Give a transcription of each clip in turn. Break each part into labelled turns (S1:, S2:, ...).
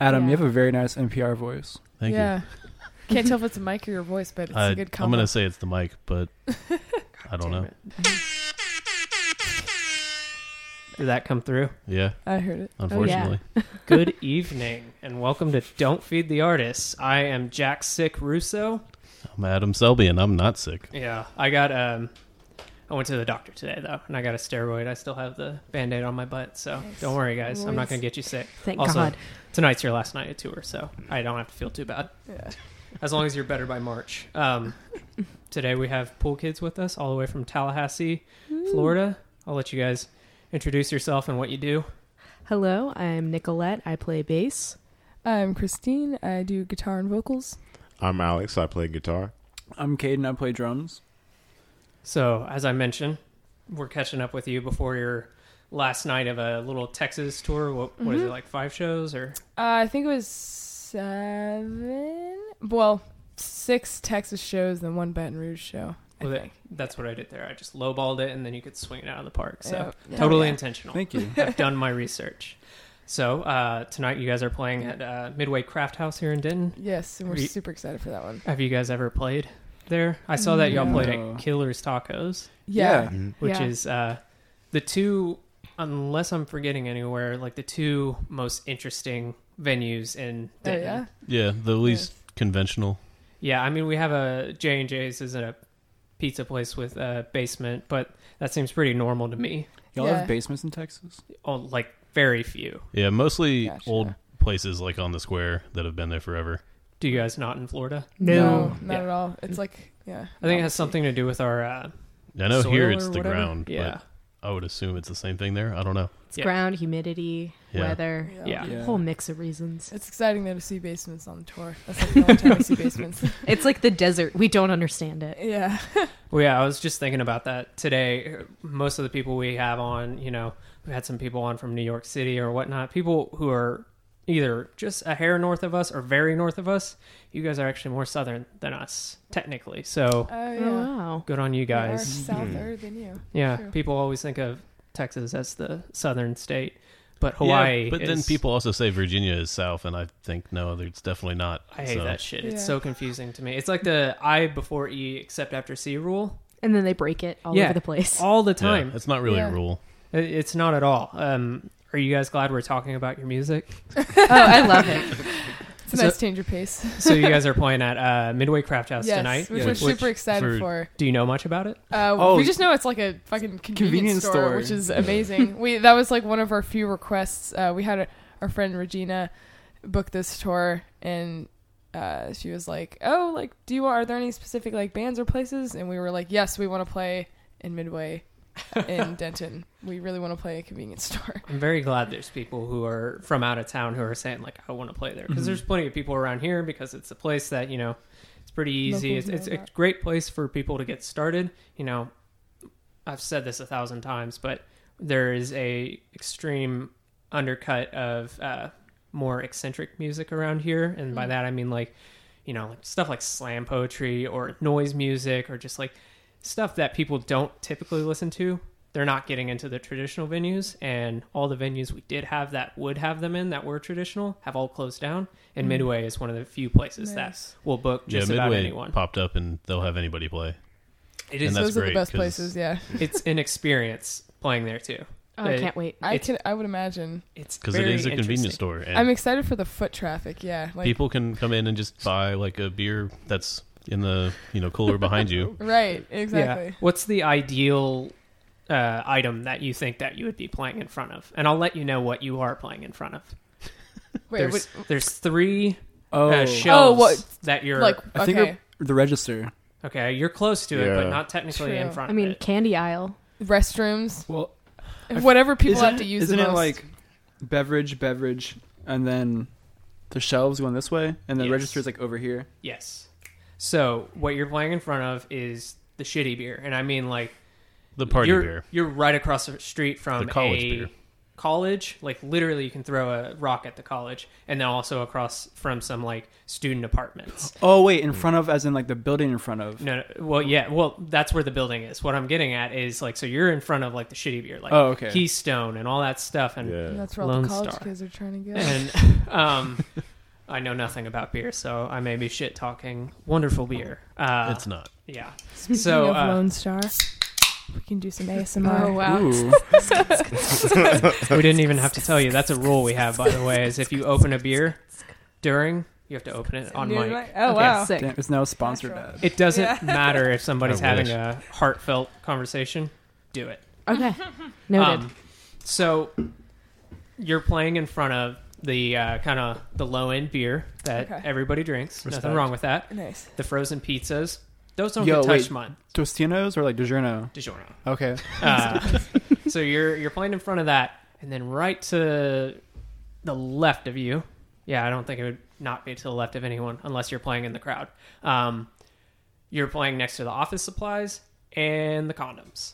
S1: Adam,
S2: Yeah.
S1: you have a very nice NPR voice.
S3: Thank
S2: yeah. Can't tell if it's a mic or your voice, but
S3: you.
S2: it's
S3: I,
S2: a good
S3: I'm
S2: combo.
S3: going to say it's the mic, but I don't know.
S2: Damn it.
S4: Did that come through?
S2: Oh,
S3: Yeah,
S2: I heard it.
S3: unfortunately.
S4: Good evening, and welcome to Don't Feed the Artists. I am Jack Sick Russo.
S3: I'm Adam Selby, and I'm not sick.
S4: Yeah, I got um, I went to the doctor today though, and I got a steroid. I still have the band-aid on my butt, so
S2: Nice.
S4: don't worry, guys. I'm not
S2: Always.
S4: gonna get you sick.
S5: Thank
S4: Also-
S5: God.
S4: Tonight's your last night at tour, so I don't have to feel too bad.
S2: Yeah.
S4: As long as you're better by March. Um, today we have pool kids with us, all the way from Tallahassee, Florida. I'll let you guys introduce yourself and what you do.
S5: Mm. Hello, I'm Nicolette. I play bass.
S2: I'm Christine. I do guitar and vocals.
S6: I'm Alex. I play guitar.
S1: I'm Caden. I play drums.
S4: So, as I mentioned, we're catching up with you before your last night of a little Texas tour. What, what is
S2: Mm-hmm.
S4: it like? Five shows or
S2: Uh, I think it was seven. Well, six Texas shows and one Baton Rouge show. I
S4: well, that,
S2: think.
S4: that's what I did there. I just lowballed it, and then you could swing it out of the park. So
S2: Yeah. Yeah.
S4: totally
S2: Yeah.
S4: intentional.
S1: Thank you.
S4: I've done my research. So uh, tonight you guys are playing at uh, Midway Craft House here in Denton.
S2: Yes, and we're
S4: Re-
S2: super excited for that one.
S4: Have you guys ever played there? I saw that y'all played
S1: No.
S4: at Killer's Tacos,
S2: Yeah.
S4: which
S5: Yeah.
S4: is uh, the two, unless I'm forgetting anywhere, like the two most interesting venues in
S2: Oh,
S4: Denton.
S2: yeah.
S3: Yeah, the least conventional.
S4: Yeah, I mean we have a J and J's is a pizza place with a basement, but that seems pretty normal to me.
S1: Y'all
S2: Yeah.
S1: have basements in Texas?
S4: Oh, like very few.
S3: Yeah, mostly
S2: Gotcha.
S3: old places like on the square that have been there forever.
S4: Do you guys not in Florida?
S2: No, not
S4: Yeah.
S2: at all. It's like yeah.
S4: I think it has something to do with our uh,
S3: I know
S4: soil
S3: here it's
S4: or
S3: the
S4: whatever.
S3: ground,
S4: Yeah,
S3: but I would assume it's the same thing there. I don't know.
S5: It's
S4: Yeah.
S5: ground, humidity,
S3: Yeah.
S5: weather,
S4: yeah.
S1: Yeah.
S5: whole mix of reasons.
S2: It's exciting though to see basements on the tour. That's like the only time I see basements.
S5: It's like the desert. We don't understand it.
S2: yeah.
S4: Well, yeah, I was just thinking about that today. Most of the people we have on, you know, we had some people on from New York City or whatnot, people who are either just a hair north of us or very north of us. You guys are actually more southern than us, technically. So
S2: Oh
S5: Oh,
S2: yeah.
S5: wow.
S4: good on you guys.
S2: They are
S3: Hmm.
S2: souther than you.
S4: Yeah,
S2: True.
S4: people always think of Texas as the southern state, but Hawaii.
S3: Yeah, but then
S4: is-
S3: people also say Virginia is south, and I think no, it's definitely not.
S4: I hate
S3: so.
S4: that shit. It's
S2: Yeah.
S4: so confusing to me. It's like the I before E except after C rule
S5: And then they break it all
S4: Yeah.
S5: over the place.
S4: all the
S3: Yeah,
S4: time.
S3: it's not really
S2: Yeah.
S3: a rule.
S4: It- It's not at all. Um, are you guys glad we're talking about your music?
S5: oh, I love it.
S2: It's a
S4: So-
S2: nice change of pace.
S4: so you guys are playing at uh, Midway Craft House
S2: yes,
S4: tonight.
S2: which
S1: Yeah.
S2: we're
S1: which-
S2: super excited
S3: for-
S2: for.
S4: Do you know much about it?
S2: Uh,
S1: Oh.
S2: we just know it's like a fucking convenience,
S1: Convenience
S2: store,
S1: store.
S2: which is amazing. we that was like one of our few requests. Uh, we had a, our friend Regina book this tour, and uh, she was like, "Oh, like, do you want? Are there any specific like bands or places?" And we were like, "Yes, we want to play in Midway." in Denton, we really want to play a convenience store.
S4: I'm very glad there's people who are from out of town who are saying like I want to play there because there's plenty of people around here because it's a place that you know it's pretty easy.
S2: Locals
S4: it's
S2: know
S4: it's a
S2: about.
S4: great place for people to get started. You know, I've said this a thousand times, but there is a extreme undercut of uh, more eccentric music around here, and by that I mean like you know like stuff like slam poetry or noise music or just like stuff that people don't typically listen to. They're not getting into the traditional venues, and all the venues we did have that would have them in that were traditional have all closed down. And Midway is one of the few places
S2: Mm. Nice.
S4: that will book just
S3: yeah,
S4: about
S3: Midway
S4: anyone.
S3: popped up, and they'll have anybody play.
S4: It
S3: And
S4: is
S3: that's
S2: Those are
S3: great,
S2: the best
S3: 'cause-
S2: places. Yeah,
S4: it's an experience playing there too.
S5: Oh, I
S4: Uh,
S5: can't wait.
S2: I
S4: It's-
S2: can. I would imagine.
S4: It's
S3: because it is a
S4: very
S3: convenience
S4: interesting.
S3: store, and
S2: I'm excited for the foot traffic. Yeah, like
S3: people can come in and just buy like a beer that's in the you know cooler behind you.
S2: right, exactly.
S4: Yeah. What's the ideal uh, item that you think that you would be playing in front of? And I'll let you know what you are playing in front of.
S2: Wait,
S4: there's
S2: what,
S4: there's three
S1: Oh,
S4: uh, shelves
S2: what-
S4: that you're
S2: like
S1: I think
S2: okay,
S1: the- the register.
S4: okay. You're close to it, but
S6: Yeah.
S4: not technically in
S2: True.
S4: front.
S5: I mean,
S4: of it.
S5: candy aisle.
S2: restrooms,
S1: Well,
S2: whatever people have to use.
S1: Isn't
S2: the
S1: it
S2: most.
S1: like beverage, beverage, and then the shelves going this way, and the
S4: Yes.
S1: register's like over here?
S4: yes. So what you're playing in front of is the shitty beer, and I mean like
S3: The party
S4: you're,
S3: beer.
S4: You're right across the street from
S3: The college
S4: a
S3: beer.
S4: college, like literally you can throw a rock at the college, and then also across from some like student apartments.
S1: Oh wait, in front of, as in like the building in front of.
S4: Mm. No, no, well, yeah, well, that's where the building is. What I'm getting at is like, so you're in front of like the shitty beer, like
S1: Oh, okay.
S4: Keystone and all that stuff, and
S2: And
S6: Yeah.
S2: that's where all
S4: Lone
S2: the college
S4: Star.
S2: kids are trying to go.
S4: and um, I know nothing about beer, so I may be shit talking wonderful beer. Uh,
S3: it's not.
S4: yeah,
S2: Speaking
S4: so,
S2: of
S4: uh,
S2: Lone Star, we can do some ASMR.
S5: Oh wow.
S1: Ooh.
S4: we didn't even have to tell you. That's a rule we have, by the way, is if you open a beer during, you have to open it on
S2: You're
S4: mic.
S2: like- Oh
S5: Okay,
S2: wow.
S5: sick.
S1: Damn, it's now sponsored
S2: Natural.
S1: ad.
S4: It doesn't
S2: Yeah.
S4: matter if somebody's
S3: I
S4: having
S3: wish.
S4: a heartfelt conversation. Do it.
S5: Okay. Noted.
S4: Um, so you're playing in front of the uh, kind of the low end beer that
S2: Okay.
S4: everybody drinks.
S3: Respect.
S4: Nothing wrong with that.
S2: Nice.
S4: The frozen pizzas, those don't
S1: Yo,
S4: get touched
S1: wait.
S4: much.
S1: Tostinos or like DiGiorno?
S4: DiGiorno.
S1: Okay.
S4: Uh, so you're you're playing in front of that, and then right to the left of you. Yeah, I don't think it would not be to the left of anyone unless you're playing in the crowd. Um, you're playing next to the office supplies and the condoms,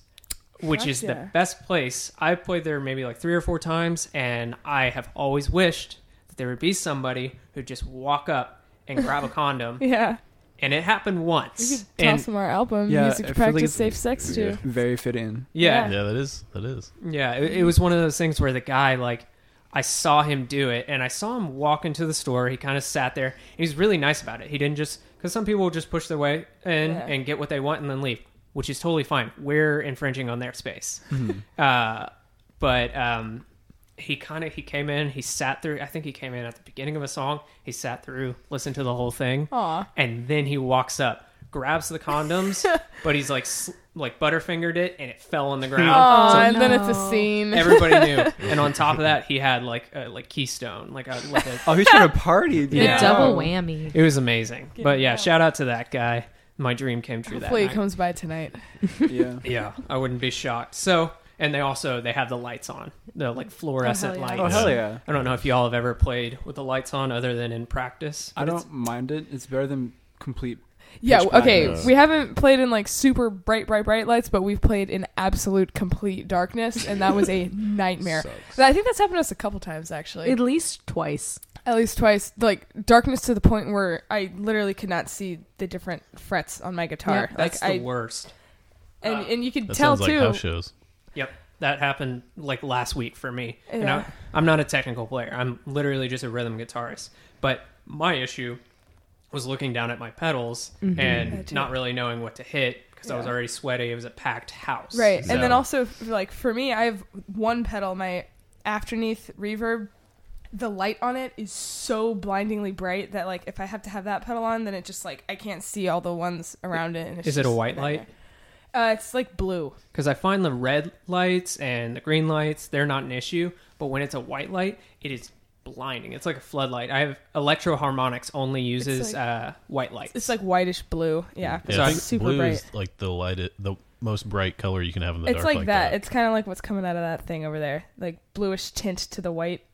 S4: which
S2: Fuck
S4: is
S2: yeah.
S4: the best place. I've played there maybe like three or four times, and I have always wished that there would be somebody who'd just walk up and grab a condom.
S2: Yeah.
S4: And it happened
S2: We
S4: once.
S2: could
S4: And
S2: toss them our album,
S1: Yeah,
S2: music
S1: I
S2: to
S1: feel like
S2: practice,
S1: it's-
S2: safe sex to.
S1: Very fit in.
S4: yeah,
S3: Yeah, that is that is.
S4: Yeah, it, it was one of those things where the guy like I saw him do it and I saw him walk into the store. He kind of sat there. He was really nice about it. He didn't just cuz some people will just push their way in
S2: Yeah.
S4: and get what they want and then leave, which is totally fine. We're infringing on their space. Uh but um he kind of he came in, he sat through I think he came in at the beginning of a song. He sat through, listened to the whole thing
S2: Aw.
S4: and then he walks up, grabs the condoms, but he's like sl- like butterfingered it, and it fell on the ground.
S2: Aw,
S4: So
S2: and then it's a
S5: No.
S2: scene.
S4: everybody knew. And on top of that, he had like a, like Keystone, like a, like a
S1: Oh, he's trying to party, dude.
S5: The
S4: Yeah.
S5: double whammy.
S4: it was amazing.
S2: Get
S4: But yeah,
S2: out.
S4: shout out to that guy. My dream came true
S2: Hopefully,
S4: that
S2: he
S4: night.
S2: comes by tonight.
S1: Yeah.
S4: yeah, I wouldn't be shocked. So, and they also they have the lights on, the like fluorescent
S5: yeah.
S4: lights.
S1: Oh hell yeah.
S4: I don't know if y'all have ever played with the lights on other than in practice.
S1: I
S4: but it's-
S1: don't mind it. It's better than complete.
S2: Yeah,
S1: pitch
S2: okay.
S1: blackness.
S2: We haven't played in like super bright, bright, bright lights, but we've played in absolute complete darkness, and that was a nightmare.
S1: Sucks.
S2: I think that's happened to us a couple times actually,
S5: At least twice.
S2: at least twice. Like darkness to the point where I literally could not see the different frets on my guitar.
S5: Yeah,
S2: like
S4: That's
S2: I
S4: the worst.
S2: and and you could
S3: Ah, That
S2: tell
S3: sounds
S2: too.
S3: like house shows.
S4: Yep, that happened like last week for me. And
S2: Yeah.
S4: I, I'm not a technical player. I'm literally just a rhythm guitarist. But my issue was looking down at my pedals
S2: Yeah,
S4: and
S2: Mm-hmm. too.
S4: not really knowing what to hit because I was
S2: Yeah.
S4: already sweaty. It was a packed house.
S2: Right. And then
S3: So-
S2: also, f- like, for me, I have one pedal, my afterneath reverb. The light on it is so blindingly bright that, like, if I have to have that pedal on, then it just, like, I can't see all the ones around it. And it's
S4: Is it a
S2: just
S4: white
S2: that
S4: light?
S2: there. Uh, it's, like, blue.
S4: Because I find the red lights and the green lights, they're not an issue. But when it's a white light, it is blinding. It's like a floodlight. I have electro harmonics only uses
S2: like-
S4: uh, white lights.
S2: It's, like, whitish blue. Yeah.
S3: Yeah,
S4: So
S3: I
S2: it's
S4: I'm
S3: think
S2: super
S3: blue
S2: bright.
S3: is like the light, the most bright color you can have in the
S2: It's
S3: dark.
S2: like, that.
S3: that.
S2: It's kind of like what's coming out of that thing over there. Like, bluish tint to the white.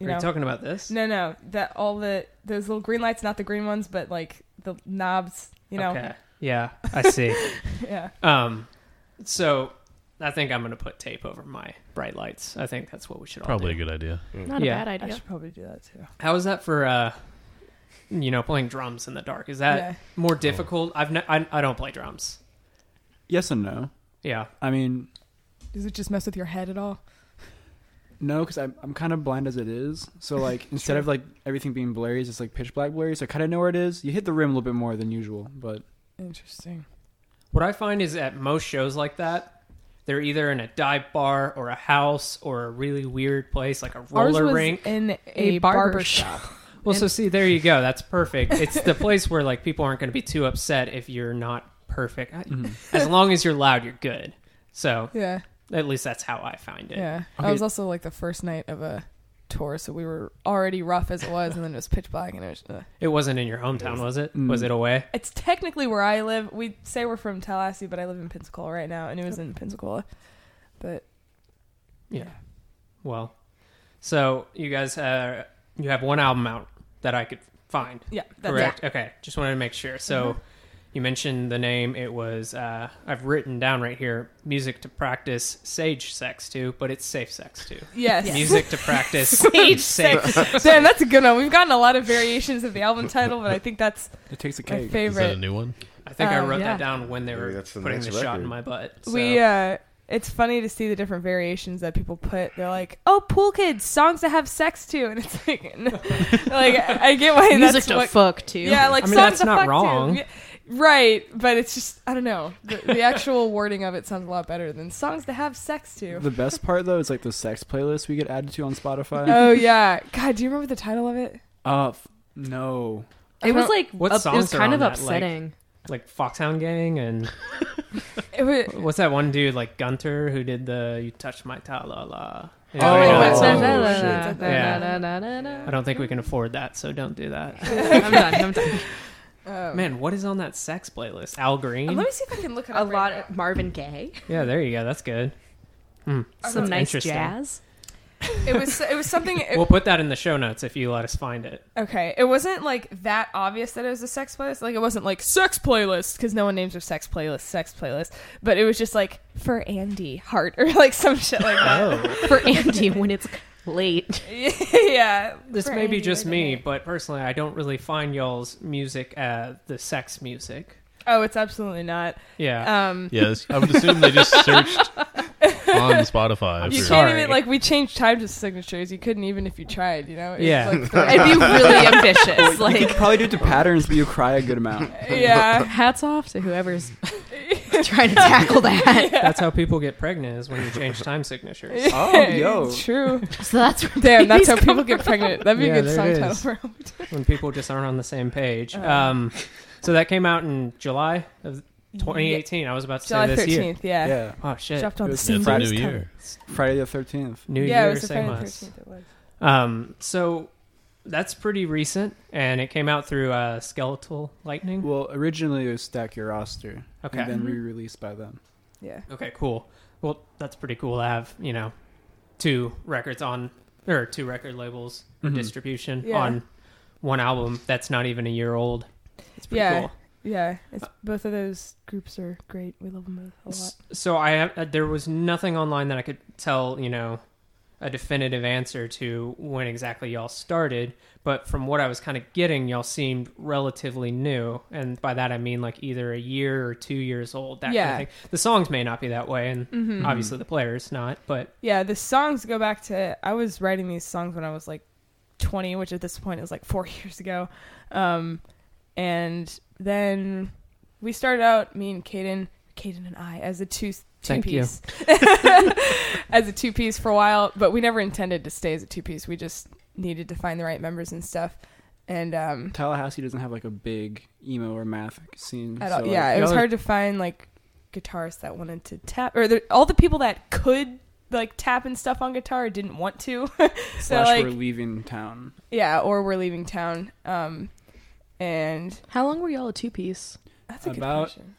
S2: You
S4: Are
S2: know?
S4: you talking about this?
S2: no, no. That all the, those little green lights, not the green ones, but, like, the knobs, you know?
S4: Okay. Yeah, I see.
S2: Yeah.
S4: Um, so I think I'm gonna put tape over my bright lights. I think that's what we should all
S3: Probably a
S4: do.
S3: good idea.
S5: Not
S4: Yeah.
S5: a bad
S2: I
S5: idea.
S2: should probably do that too.
S4: How is that for uh, you know, playing drums in the dark? Is that
S2: yeah.
S4: more
S3: Oh.
S4: difficult? I've ne- I, I don't play drums.
S1: Yes and no.
S4: Yeah,
S1: I mean,
S2: Does it just mess with your head at all?
S1: no, because I'm I'm kind of blind as it is. So like instead of like everything being blurry, it's just like pitch black blurry. So I kind of know where it is. You hit the rim a little bit more than usual, but
S2: Interesting.
S4: what I find is at most shows like that, they're either in a dive bar or a house or a really weird place like a roller rink.
S2: in a,
S5: A barber
S2: barber shop.
S4: Well, so see, there you go. That's perfect. It's the place where like people aren't going to be too upset if you're not perfect. I- As long as you're loud, you're good. So
S2: yeah,
S4: at least that's how I find it.
S2: yeah.
S1: Okay.
S2: I was also like the first night of a tour, so we were already rough as it was, and then it was pitch black, and it was. Uh,
S4: It wasn't in your hometown, was it?
S1: Mm.
S4: Was it away?
S2: it's technically where I live. We say we're from Tallahassee, but I live in Pensacola right now, and it was in Pensacola. But
S4: Yeah. Well, so you guys, uh, you have one album out that I could find,
S2: yeah, that's
S4: correct? Okay, just wanted to make sure. So You mentioned the name. It was uh, I've written down right here music to practice sage sex to, but it's safe sex too.
S2: Yes.
S4: Music to practice
S2: Sage
S4: safe sex.
S2: Damn, that's a good one. We've gotten a lot of variations of the album title, but I think that's
S1: It takes a
S2: my
S1: cake.
S3: Is that a
S2: favorite.
S3: new one?
S4: I think I
S2: Um,
S4: wrote
S5: yeah.
S4: that down when they
S6: Maybe
S4: were
S6: that's the
S4: putting
S6: next
S4: the shot in
S6: record.
S4: my butt. So.
S2: We uh it's funny to see the different variations that people put. They're like, "Oh, pool kids, songs to have sex to," and it's like, n- like I get why
S5: Music
S2: that's
S5: to
S2: what,
S5: fuck too.
S2: yeah, like
S4: I mean,
S2: songs
S4: that's
S2: to
S4: not
S2: fuck to.
S4: wrong.
S2: Yeah, right? But it's just I don't know. The, the actual wording of it sounds a lot better than songs to have sex to.
S1: The best part though is like the sex playlist we get added to on Spotify.
S2: oh yeah, God, do you remember the title of it?
S1: Uh, f- no.
S2: I
S5: It was
S2: don't-
S5: like
S4: What
S5: up, it was
S4: songs are
S5: kind
S4: on
S5: of
S4: that, like-
S5: upsetting.
S4: like Foxhound Gang and
S2: It was,
S4: what's that one dude like Gunter who did the "You Touch My Ta La La"?
S1: Oh,
S4: Anybody know
S1: yeah.
S4: that
S1: Oh,
S4: song?
S1: shit.
S4: Yeah. I
S5: I'm
S4: don't think we can afford that, so don't do that.
S5: done. I'm done.
S2: um, uh,
S4: Man, what is on that sex playlist? Al Green.
S2: Let me see if I can look it
S5: A
S2: up. right
S5: lot
S2: now.
S5: of Marvin Gaye,
S4: Yeah, there you go. That's good. Hmm.
S5: some nice
S4: Interesting.
S5: jazz.
S2: It was it was something. It,
S4: We'll put that in the show notes if you let us find it.
S2: Okay, it wasn't like that obvious that it was a sex playlist. Like it wasn't like sex playlist because no one names their sex playlist sex playlist. But it was just like for Andy Hart or like some shit like that.
S4: Oh,
S5: for Andy when it's late.
S2: yeah,
S4: this
S2: for
S4: may be
S2: Andy
S4: just
S2: with
S4: me,
S2: an A.
S4: but personally, I don't really find y'all's music uh, the sex music.
S2: Oh, it's absolutely not.
S4: Yeah,
S2: Um,
S3: Yes, I would assume they just searched on Spotify.
S2: you
S3: for-
S4: sorry.
S2: can't even like we changed time to signatures. You couldn't even if you tried. You know? It was,
S4: Yeah.
S2: like, for-
S5: I'd be really ambitious.
S1: You
S5: Like,
S1: could probably do it to patterns, but you cry a good amount.
S2: yeah.
S5: hats off to whoever's trying to tackle that.
S4: that's how people get pregnant is when you change time signatures.
S1: Oh, yo.
S2: It's true.
S5: So that's where
S2: Damn,
S5: babies
S2: that's how
S5: come
S2: people get pregnant. That'd be
S4: Yeah,
S2: a good
S4: there
S2: song
S4: it
S2: title
S4: is.
S2: for
S4: when people just aren't on the same page.
S2: Uh.
S4: Um, so that came out in July of 2018. I was about to
S2: July
S4: say this year.
S2: thirteenth. Yeah.
S1: Yeah.
S4: Oh shit!
S2: Dropped
S1: It
S2: on the
S1: was
S3: Yeah, it's a
S1: Friday.
S3: new year.
S1: Friday the 13th.
S4: New
S2: yeah, it
S4: Year,
S2: was the
S4: same
S2: Friday
S4: us.
S2: thirteenth. It was.
S4: Um, so that's pretty recent, and it came out through uh, Skeletal Lightning.
S1: Well, originally it was Stack Your Roster.
S4: Okay.
S1: And then re released by them.
S2: Yeah.
S4: Okay, cool. Well, that's pretty cool to have, you know, two records on or two record labels for
S1: Mhm.
S4: distribution
S2: Yeah.
S4: on one album that's not even a year old. It's pretty
S2: Yeah.
S4: cool.
S2: Yeah, it's, both of those groups are great. We love them both a lot.
S4: S- So I have- uh, there was nothing online that I could tell, you know, a definitive answer to when exactly y'all started, but from what I was kind of getting, y'all seemed relatively new, and by that I mean like either a year or two years old, that
S2: Yeah. Hmm.
S4: kind of thing. The songs may not be that way, and obviously the player's not, but
S2: Yeah, the songs go back to I was writing these songs when I was like 20, which at this point is like four years ago. Um, and then we started out me and Caden, Caden and I as a two two
S4: Thank you.
S2: piece, as a two piece for a while, but we never intended to stay as a two piece. We just needed to find the right members and stuff. And um,
S1: Tallahassee doesn't have like a big emo or math scene.
S2: at
S1: so,
S2: all.
S1: like,
S2: yeah, it was
S4: y'all are-
S2: hard to find like guitarists that wanted to tap or the, all the people that could like tap and stuff on guitar didn't want to. so
S1: Slash,
S2: like
S1: we're leaving town.
S2: yeah, or we're leaving town. Um, and
S5: How long were y'all a two piece?
S2: that's a good
S1: About
S2: question.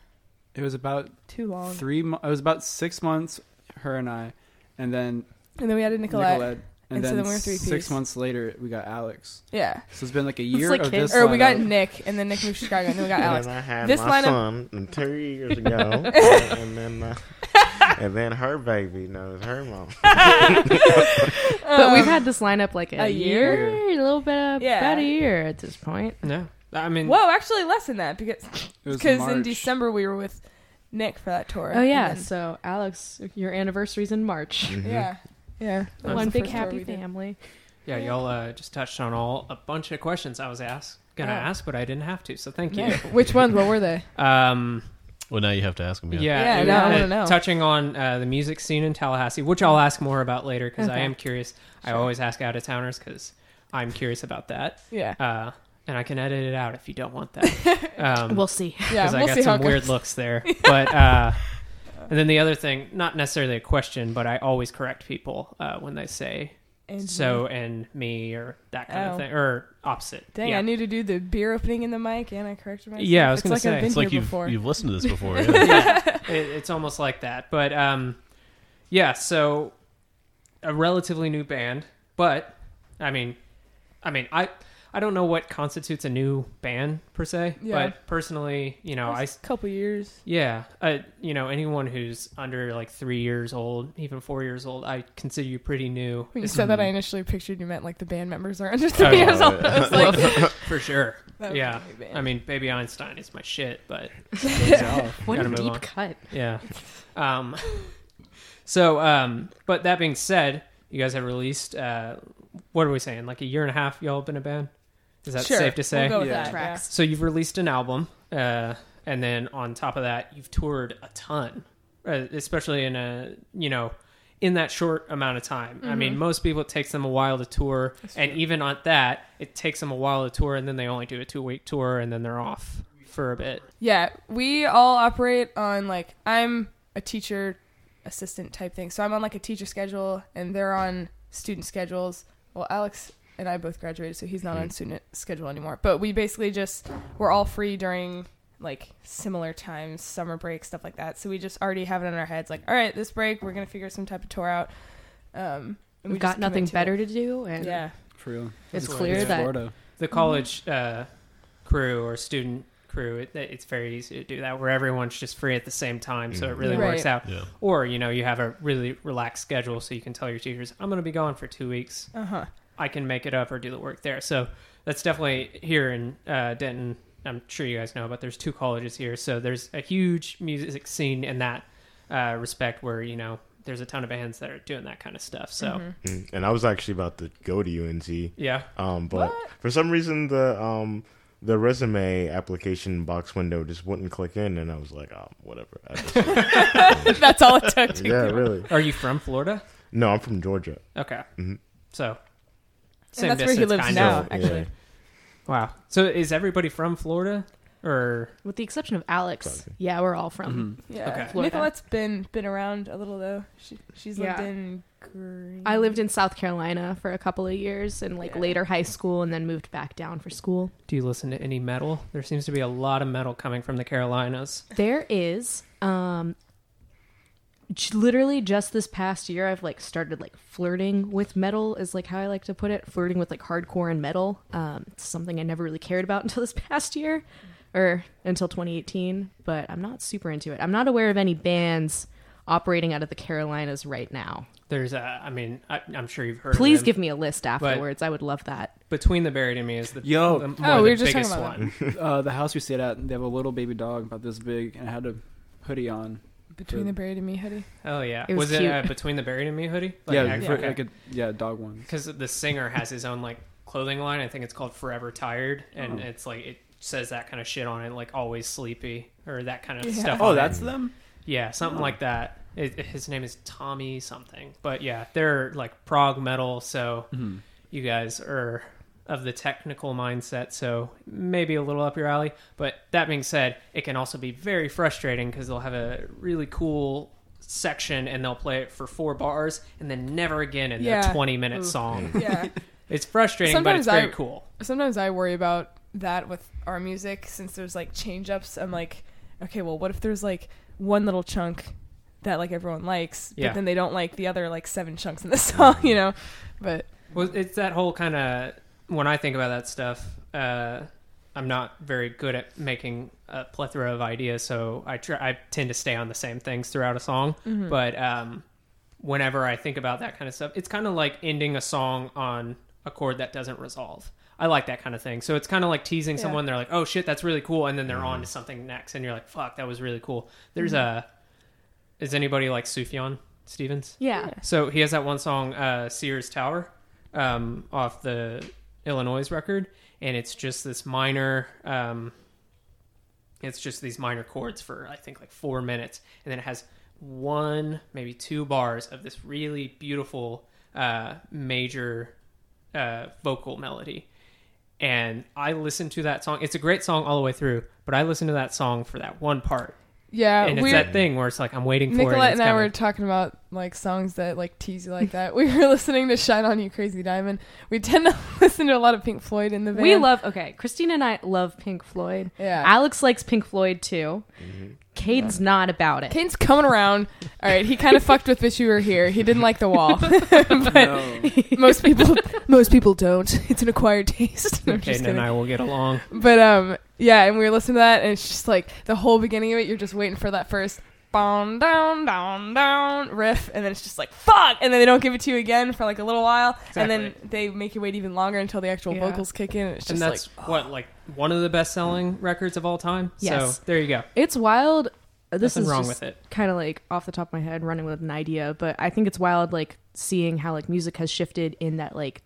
S1: It was about
S2: Too long.
S1: three. Mo- it was about six months. Her and I, and then
S2: and then we added Nicolette.
S1: Nicolette, and,
S2: And so
S1: then,
S2: then we were three
S1: six
S2: piece.
S1: months later we got Alex.
S2: Yeah,
S1: So it's been like a
S5: It's
S1: year
S5: like
S1: of
S5: kids.
S1: this.
S2: or we got
S1: lineup.
S2: Nick, and then Nick moved to Chicago, and then we got
S6: And
S2: Alex.
S6: then I had
S2: This
S6: my
S2: lineup-
S6: son two years ago, and then uh, and then her baby knows her mom.
S5: but we've had this lineup like Uh, a,
S2: a year?
S5: year, a little bit, of,
S2: Yeah.
S5: about a year at this point.
S4: no. I mean,
S2: Whoa, actually less than that because
S1: It was
S2: because in
S1: March.
S2: December we were with Nick for that tour.
S5: Oh yeah,
S2: and
S5: so Alex, your anniversary's in March.
S4: Mm-hmm.
S2: then- yeah, yeah. That was
S5: One
S2: the
S5: big
S2: first tour
S5: happy
S2: we did.
S5: family.
S4: Yeah, y'all uh, just touched on all a bunch of questions I was asked gonna
S2: Yeah.
S4: ask, but I didn't have to. So thank you.
S2: Yeah. Which ones? What were they?
S4: Um,
S3: Well, now you have to ask them.
S4: yeah,
S2: Yeah, now I
S4: uh,
S2: wanna know.
S4: Touching on uh, the music scene in Tallahassee, which I'll ask more about later because I
S5: Okay.
S4: am curious. I
S2: Sure.
S4: always ask out of towners because I'm curious about that,
S2: Yeah,
S4: uh, and I can edit it out if you don't want that. Um,
S5: We'll see.
S2: yeah.
S4: because
S2: We'll
S4: I got
S2: see how
S4: some
S2: it
S4: weird
S2: goes.
S4: looks there. But uh, and then the other thing, not necessarily a question, but I always correct people uh, when they say
S2: And-
S4: so and me or that kind
S2: Oh.
S4: of thing or opposite.
S2: Dang,
S4: yeah.
S2: I need to do the beer opening in the mic, and I corrected myself.
S4: Yeah, I was
S2: it's
S4: gonna
S2: like
S4: say.
S2: I've been
S3: It's
S2: here
S3: like you've
S2: before.
S3: you've listened to this before. Yeah.
S4: yeah, it, it's almost like that. But um, yeah, so a relatively new band, but I mean, I mean, I I don't know what constitutes a new band per se,
S2: Yeah.
S4: but personally, you know, I
S2: Just a couple years.
S4: yeah, uh, you know, anyone who's under like three years old, even four years old, I consider you pretty new
S2: When you said that, I initially pictured you meant like the band members are under
S4: Oh,
S2: three years old. I was like,
S4: for sure.
S2: that would
S4: yeah,
S2: be a band.
S4: I mean, Baby Einstein is my shit, but
S5: What
S4: Gotta
S5: a
S4: move
S5: deep
S4: on.
S5: cut.
S4: yeah. Um, so, um, but that being said, you guys have released. Uh, what are we saying? Like a year and a half, y'all been a band. Is that
S2: Sure.
S4: safe to
S2: We'll
S4: say?
S5: Oh,
S2: go with
S1: Yeah.
S2: that, yeah.
S5: Tracks.
S4: So you've released an album, uh, and then on top of that, you've toured a ton, uh, especially in a you know in that short amount of time. I
S2: Mm-hmm.
S4: mean, most people it takes them a while to tour, and even on that, it takes them a while to tour, and then they only do a two week tour, and then they're off for a bit.
S2: Yeah, we all operate on like I'm a teacher assistant type thing. So I'm on like a teacher schedule and they're on student schedules. Well, Alex and I both graduated, so he's not on student schedule anymore. But we basically just we're all free during like similar times, summer break, stuff like that. So we just already have it in our heads like, all right, this break we're gonna figure some type of tour out. Um
S5: We've
S2: and we just
S5: got
S2: commit
S5: nothing
S2: to
S5: better to do,
S2: it.
S5: and
S2: Yeah.
S1: For real.
S5: it's
S4: That's
S5: clear
S1: It's
S5: that
S1: Florida.
S4: The college uh, crew or student crew, it, it's very easy to do that, where everyone's just free at the same time, so it really
S2: Right.
S4: works out.
S3: Yeah.
S4: Or you know, you have a really relaxed schedule, so you can tell your teachers, "I'm going to be gone for two weeks."
S2: Uh huh.
S4: I can make it up or do the work there. So that's definitely here in uh, Denton. I'm sure you guys know, but there's two colleges here, so there's a huge music scene in that uh, respect where you know there's a ton of bands that are doing that kind of stuff. So
S6: Mm. And I was actually about to go to UNC,
S4: yeah,
S6: um, but for some reason the um the resume application box window just wouldn't click in, and I was like, oh, whatever. I just-
S2: That's all it took to
S6: yeah, really.
S4: are you from Florida?
S6: No, I'm from Georgia.
S4: Okay,
S1: Mm-hmm.
S6: Mhm.
S4: so
S2: And that's where he lives
S4: kind
S2: now,
S4: of.
S6: So,
S2: actually.
S4: Wow. So is everybody from Florida or
S5: with the exception of Alex,
S6: Probably.
S5: yeah, we're all from.
S1: Mm-hmm.
S2: Yeah.
S4: Okay.
S5: Florida.
S2: Nicolette's been been around a little though. She, she's lived
S5: Yeah.
S2: in Green.
S5: I lived in South Carolina for a couple of years, and like
S2: Yeah.
S5: later high school, and then moved back down for school.
S4: do you listen to any metal? There seems to be a lot of metal coming from the Carolinas.
S5: There is um j- literally just this past year I've like started like flirting with metal is like how I like to put it, flirting with like hardcore and metal. Um it's something I never really cared about until this past year or until 2018, but I'm not super into it. I'm not aware of any bands operating out of the Carolinas right now.
S4: There's a, I mean, I, I'm sure you've heard. of
S5: Please
S4: them.
S5: give me a list afterwards. I would love that.
S4: Between the Buried and Me is the
S1: Yo.
S4: the,
S2: Oh, we
S4: we
S2: were just talking
S4: biggest
S2: about that.
S4: one.
S1: uh, the house we stayed at, they have a little baby dog about this big, and I had a hoodie on.
S2: between the buried and me hoodie.
S4: Oh yeah,
S5: It
S4: was,
S5: was
S4: it
S5: cute.
S4: uh, Between the Buried and Me hoodie?
S1: yeah, for,
S4: because
S1: like a, yeah, dog one.
S4: the singer has his own like clothing line. I think it's called Forever Tired, and
S1: Oh.
S4: it's like it says that kind of shit on it, like always sleepy or that kind of
S2: Yeah.
S4: stuff.
S1: Oh,
S4: on it.
S1: that's them.
S4: yeah, something like that. It, it- his name is Tommy something, but yeah, they're like prog metal, so
S1: Mm-hmm.
S4: you guys are of the technical mindset, so maybe a little up your alley. But that being said, it can also be very frustrating because they'll have a really cool section and they'll play it for four bars and then never again in
S2: Yeah.
S4: their 20 minute
S2: Oof.
S4: song.
S2: Yeah.
S4: It's frustrating,
S2: Sometimes
S4: but it's very
S2: I-
S4: cool.
S2: Sometimes I worry about that with our music since there's like change ups. I'm like, okay, well, what if there's like one little chunk that like everyone likes, but
S4: Yeah.
S2: then they don't like the other like seven chunks in the song, you know? But
S4: Well, it's that whole kind of when I think about that stuff, uh, I'm not very good at making a plethora of ideas, so I try. I tend to stay on the same things throughout a song. But um, whenever I think about that kind of stuff, it's kind of like ending a song on a chord that doesn't resolve. I like that kind of thing. So it's kind of like teasing
S2: Yeah.
S4: someone. They're like, "Oh shit, that's really cool," and then they're on to something next, and you're like, "Fuck, that was really cool." There's a. Is anybody like Sufjan Stevens?
S5: Yeah.
S4: So he has that one song, uh, Sears Tower, um, off the Illinois record, and it's just this minor. Um, it's just these minor chords for I think like four minutes, and then it has one, maybe two bars of this really beautiful uh, major uh, vocal melody. And I listened to that song. It's a great song all the way through, but I listened to that song for that one part,
S2: yeah,
S4: and it's
S2: we
S4: that thing where it's like I'm waiting for it.
S2: Oh, Nicolette
S4: it's
S2: and I
S4: coming.
S2: were talking about like songs that like tease you like that. We were listening to "Shine on You, Crazy Diamond." We tend to listen to a lot of Pink Floyd in the van.
S5: We love okay. Christina and I love Pink Floyd.
S2: Yeah.
S5: Alex likes Pink Floyd too.
S4: Mm-hmm.
S5: Cade's not about it.
S2: Kane's coming around. All right, he kind of fucked with this. You were here. He didn't like the wall, but most people most people don't. It's an acquired taste. No, I'm just
S4: Caden and
S2: kidding.
S4: I will get along.
S2: But um, yeah, and we were listening to that, and it's just like the whole beginning of it. You're just waiting for that first down, down, down, down riff, and then it's just like fuck, and then they don't give it to you again for like a little while, and then
S4: Exactly.
S2: they make you wait even longer until the actual
S5: Yeah.
S2: vocals kick in. And it's
S4: and
S2: just
S4: that's
S2: like
S4: what like one of the best selling records of all time.
S5: Mm. Yes.
S4: So there you go.
S5: It's wild. Uh, This
S4: Nothing
S5: is
S4: wrong
S5: just
S4: with it.
S5: Kind of like off the top of my head, running with an idea, but I think it's wild, like seeing how like music has shifted in that like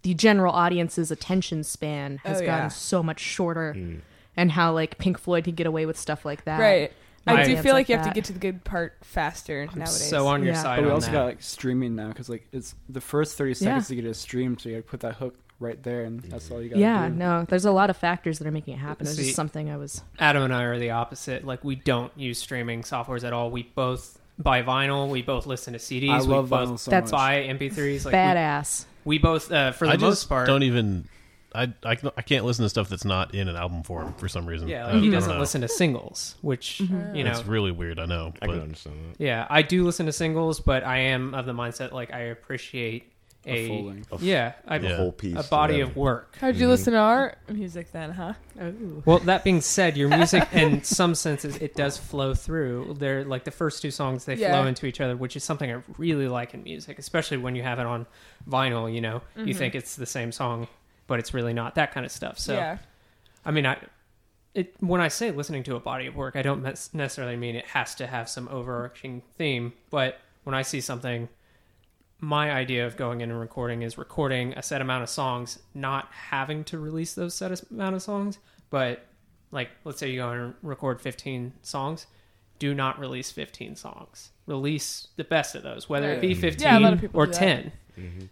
S5: the general audience's attention span has
S2: Oh,
S5: gotten
S2: yeah.
S5: so much shorter,
S6: Mm,
S4: Mm-hmm.
S5: and how like Pink Floyd could get away with stuff like that.
S2: right. I,
S4: I-
S2: do
S5: Bands
S2: feel like,
S5: like
S2: you have to
S5: that.
S2: get to the good part faster
S4: I'm
S2: nowadays.
S4: so on your
S5: Yeah.
S4: side
S1: But we
S4: on
S1: also
S4: that.
S1: got like streaming now because like it's the first thirty seconds to get a stream, so you got to put that hook right there, and that's all you got.
S5: Yeah,
S1: do.
S5: no, there's a lot of factors that are making it happen. It's
S4: See-
S5: just something I was.
S4: Adam and I are the opposite. Like we don't use streaming softwares at all. We both buy vinyl. We both listen to CDs.
S1: I love
S4: we both
S1: vinyl so
S5: That's
S1: much.
S4: buy MP3s. Like
S5: badass.
S4: We, we both, uh, for the
S3: I
S4: most
S3: just
S4: part,
S3: don't even. I, I I can't listen to stuff that's not in an album form for some reason.
S4: yeah,
S3: I-
S4: like, he
S3: I
S4: doesn't
S3: don't know.
S4: listen to singles, which
S5: Mm-hmm.
S2: Uh,
S4: you know,
S3: It's really weird. I know,
S6: I
S3: but
S6: can understand that.
S4: yeah, I do listen to singles, but I am of the mindset like I appreciate a,
S1: A full length.
S6: A f-
S4: yeah, I,
S3: Yeah.
S6: whole piece
S4: a
S6: to
S4: body
S6: them.
S4: of work.
S2: How'd you listen to our
S4: Mm-hmm.
S2: music then, huh?
S4: Well, that being said, your music, in some senses, it does flow through. They're like the first two songs, they
S2: Yeah.
S4: flow into each other, which is something I really like in music, especially when you have it on vinyl. You know, you think it's the same song, but it's really not. That kind of stuff. So,
S2: yeah.
S4: I mean, I. It, when I say listening to a body of work, I don't mes- necessarily mean it has to have some overarching theme. But when I see something, my idea of going in and recording is recording a set amount of songs, not having to release those set amount of songs. But like, let's say you go and record 15 songs, do not release 15 songs. Release the best of those, whether it be
S2: Right.
S4: 15
S2: Yeah, a lot of people
S4: or
S2: do that.
S4: 10.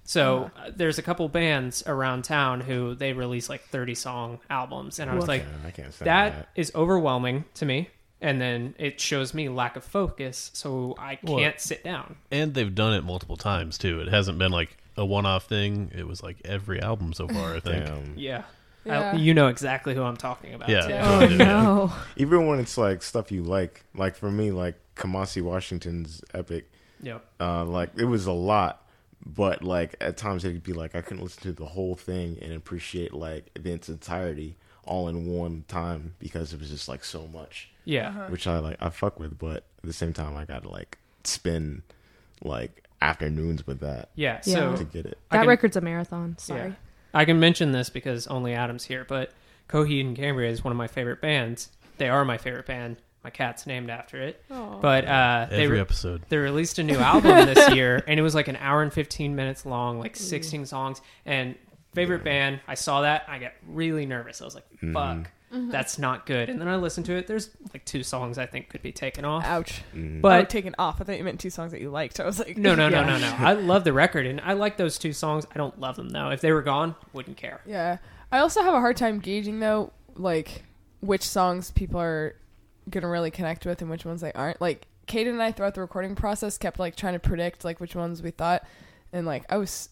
S4: So uh, there's a couple bands around town who they release like 30 song albums, and I was like,
S6: Yeah, I can't stand that.
S4: that is overwhelming to me. And then it shows me lack of focus, so I can't
S3: Well-
S4: sit down.
S3: and they've done it multiple times too. It hasn't been like a one-off thing. It was like every album so far. I think.
S6: Damn.
S4: Yeah.
S2: Yeah.
S4: I, you know exactly who I'm talking about.
S3: Yeah.
S4: too.
S3: yeah.
S5: Oh no!
S6: Even when it's like stuff you like, like for me, like Kamasi Washington's epic,
S4: Yep.
S6: uh, like it was a lot, but like at times it'd be like I couldn't listen to the whole thing and appreciate like the its entirety all in one time because it was just like so much,
S4: Yeah.
S2: Uh-huh.
S6: which I like I fuck with, but at the same time I gotta like spend like afternoons with that
S4: Yeah.
S5: Yeah.
S6: to
S4: So
S6: get it.
S5: That
S4: can-
S5: record's a marathon. Sorry.
S4: yeah. I can mention this because only Adam's here, but Coheed and Cambria is one of my favorite bands. They are my favorite band. My cat's named after it.
S2: Oh.
S4: But uh, they
S3: Every
S4: re-
S3: episode.
S4: they released a new album this year and it was like an hour and 15 minutes long
S5: Mm.
S4: like 16 songs and favorite band i saw that i got really nervous i was like
S6: Mm-hmm.
S4: fuck
S5: Mm-hmm.
S4: that's not good and then i listened to it there's like two songs i think could be taken off
S5: Uh,
S2: Ouch.
S6: Mm-hmm.
S2: oh,
S4: but
S2: taken off. I thought you meant two songs that you liked. I was like,
S4: no no no
S5: Yeah.
S4: no no i love the record and i like those two songs i don't love them though if they were gone wouldn't care
S2: Yeah. I also have a hard time gauging though, like which songs people are gonna really connect with and which ones they aren't. Like Kate and I throughout the recording process kept like trying to predict like which ones we thought, and like I was,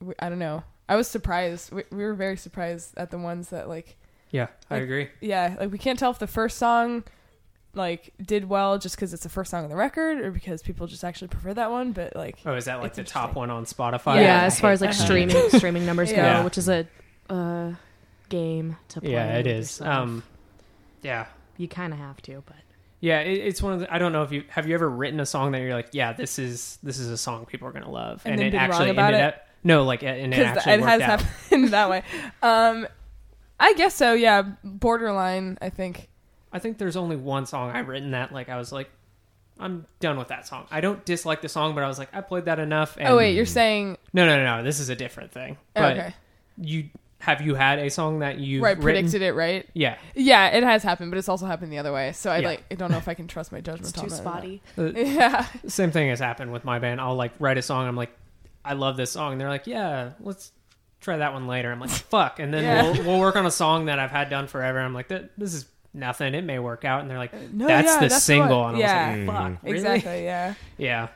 S2: we- I don't know, I was surprised. We, we were very surprised at the ones that like
S4: yeah i
S2: Like-
S4: agree
S2: yeah, like we can't tell if the first song like did well just because it's the first song on the record or because people just actually prefer that one. But like
S4: oh is that like
S2: It's
S4: the top
S2: interesting.
S4: one on spotify
S5: Yeah,
S4: I
S5: as far
S4: hate
S5: as like
S4: that.
S5: streaming streaming numbers
S2: Yeah.
S5: go, which is a uh, game to play.
S4: yeah it
S5: with
S4: is
S5: yourself.
S4: um yeah
S5: you kind of have to, but
S4: Yeah, it, it's one of the. I don't know if you have you ever written a song that you're like, yeah, this is this is a song people are gonna love,
S2: And then been wrong
S4: actually
S2: about
S4: ended
S2: it?
S4: up. No, like and it
S2: because
S4: actually
S2: it
S4: worked
S2: has
S4: out.
S2: happened that way. Um, I guess so. Yeah, borderline. I think.
S4: I think there's only one song I've written that like I was like, I'm done with that song. I don't dislike the song, but I was like, I played that enough. And
S2: oh wait, you're saying
S4: no, no, no, no. This is a different thing. But
S2: okay?
S4: you have you had a song that you
S2: Right,
S4: written?
S2: predicted it right.
S4: Yeah,
S2: Yeah, it has happened, but it's also happened the other way. So I
S4: Yeah.
S2: like, I don't know if I can trust my judgment.
S5: it's
S2: on
S5: too
S2: it or not.
S5: spotty.
S2: Yeah,
S4: same thing has happened with my band. I'll like write a song. I'm like, I love this song. And they're like, yeah, let's try that one later. I'm like, fuck. And then
S2: Yeah.
S4: we'll, we'll work on a song that I've had done forever. I'm like, "Th- this is nothing. It may work out. And they're like,
S2: No,
S4: that's
S2: yeah,
S4: the
S2: that's
S4: single.
S2: what-
S4: and I was like, fuck, really?
S2: exactly. Yeah,
S4: Yeah.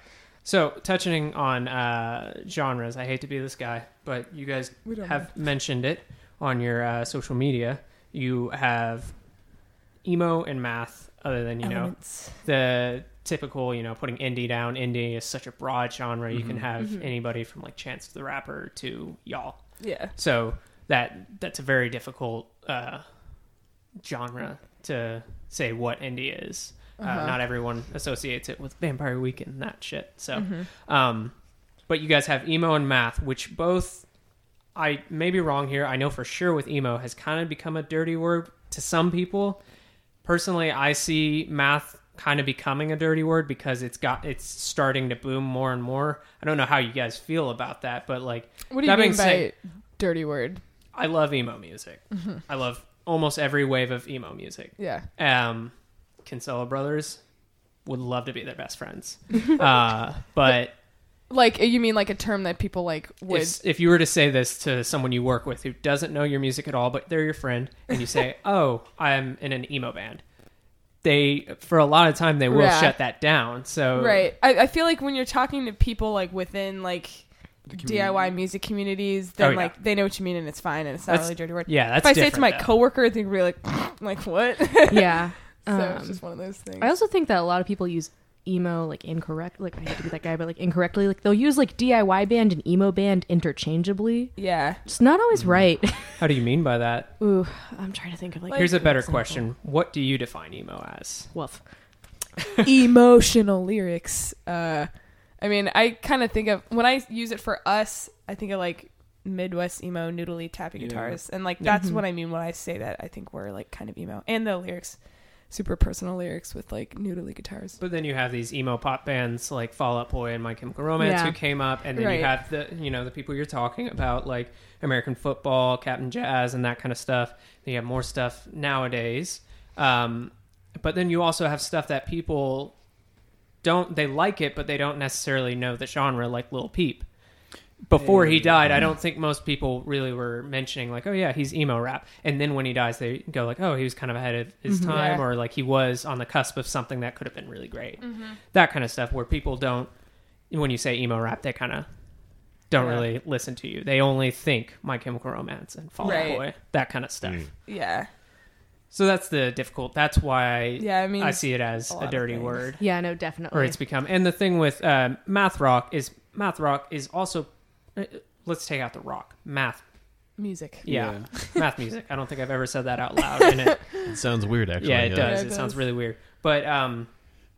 S4: So, touching on uh, genres, I hate to be this guy, but you guys
S2: We don't
S4: have mentioned it on your uh, social media. You have emo and math, other than you know
S5: Elements.
S4: the typical, you know, putting indie down. Indie is such a broad genre. You can have anybody from like Chance the Rapper to y'all.
S2: Yeah.
S4: So that that's a very difficult uh, genre to say what indie is. uh
S2: Uh-huh.
S4: not everyone associates it with Vampire Weekend and that shit. So, um, but you guys have emo and math, which both I may be wrong here. I know for sure with emo has kind of become a dirty word to some people. Personally, I see math kind of becoming a dirty word because it's got it's starting to boom more and more. I don't know how you guys feel about that, but like
S2: What do you
S4: that
S2: mean
S4: being
S2: by
S4: said-
S2: dirty word?
S4: I love emo music.
S2: Mm-hmm.
S4: I love almost every wave of emo music.
S2: Yeah.
S4: Um, Kinsella brothers would love to be their best friends, uh, but
S2: Like you mean like a term that people like would
S4: if, if you were to say this to someone you work with who doesn't know your music at all, but they're your friend, and you say, "Oh, I'm in an emo band," they for a lot of time they will
S2: Yeah.
S4: shut that down. So
S2: right. I, I feel like when you're talking to people like within like DIY music communities, then
S4: Oh, yeah.
S2: like they know what you mean and it's fine and it's not
S4: That's-
S2: really a dirty word.
S4: yeah, that's
S2: if I say it to my
S4: different, though.
S2: coworker, they'd be like, I'm like what?
S5: yeah.
S2: so
S5: Um,
S2: it's just one of those things.
S5: I also think that a lot of people use emo like incorrect like I hate to be that guy, but like incorrectly. Like they'll use like DIY band and emo band interchangeably.
S2: yeah.
S5: It's not
S4: Mm.
S5: always right.
S4: How do you mean by that?
S5: Ooh, I'm trying to think of like
S4: Here's a
S5: an
S4: better
S5: example.
S4: question: What do you define emo as?
S5: Woof.
S2: emotional lyrics. Uh, I mean, I kind of think of when I use it for us, I think of like Midwest emo, noodly tapping
S1: Yeah.
S2: guitars, and like that's
S5: Mm-hmm.
S2: what I mean when I say that. I think we're like kind of emo, and the lyrics, super personal lyrics with like noodly guitars.
S4: But then you have these emo pop bands like Fall Out Boy and My Chemical Romance
S5: Yeah.
S4: who came up, and then
S2: Right.
S4: you have the you know the people you're talking about like American football, Captain Jazz, and that kind of stuff. Then you have more stuff nowadays, um, but then you also have stuff that people don't they like it, but they don't necessarily know the genre, like Lil Peep. Before he died, I don't think most people really were mentioning like, "Oh yeah, he's emo rap." And then when he dies, they go like, "Oh, he was kind of ahead of his time,"
S2: Mm-hmm. Yeah. Mm-hmm.
S4: or like he was on the cusp of something that could have been really great that kind of stuff where people don't when you say emo rap they kind of don't
S2: Yeah.
S4: really listen to you they only think my chemical romance and fall Out
S2: Right.
S4: boy that kind of stuff
S6: Mm.
S2: Yeah,
S4: so that's the difficult that's why I,
S2: yeah. I mean,
S4: I see it as
S2: a
S4: a,
S2: lot of
S4: dirty
S2: things.
S4: word
S5: Yeah, no, definitely.
S4: or it's become and the thing with uh, math rock is math rock is also uh, let's take out the rock math
S2: music.
S4: yeah, math music i don't think i've ever said that out loud in it
S3: It sounds weird, actually.
S4: yeah, it does.
S2: Yeah,
S4: it
S2: it
S4: sounds
S2: does.
S4: really weird. But um,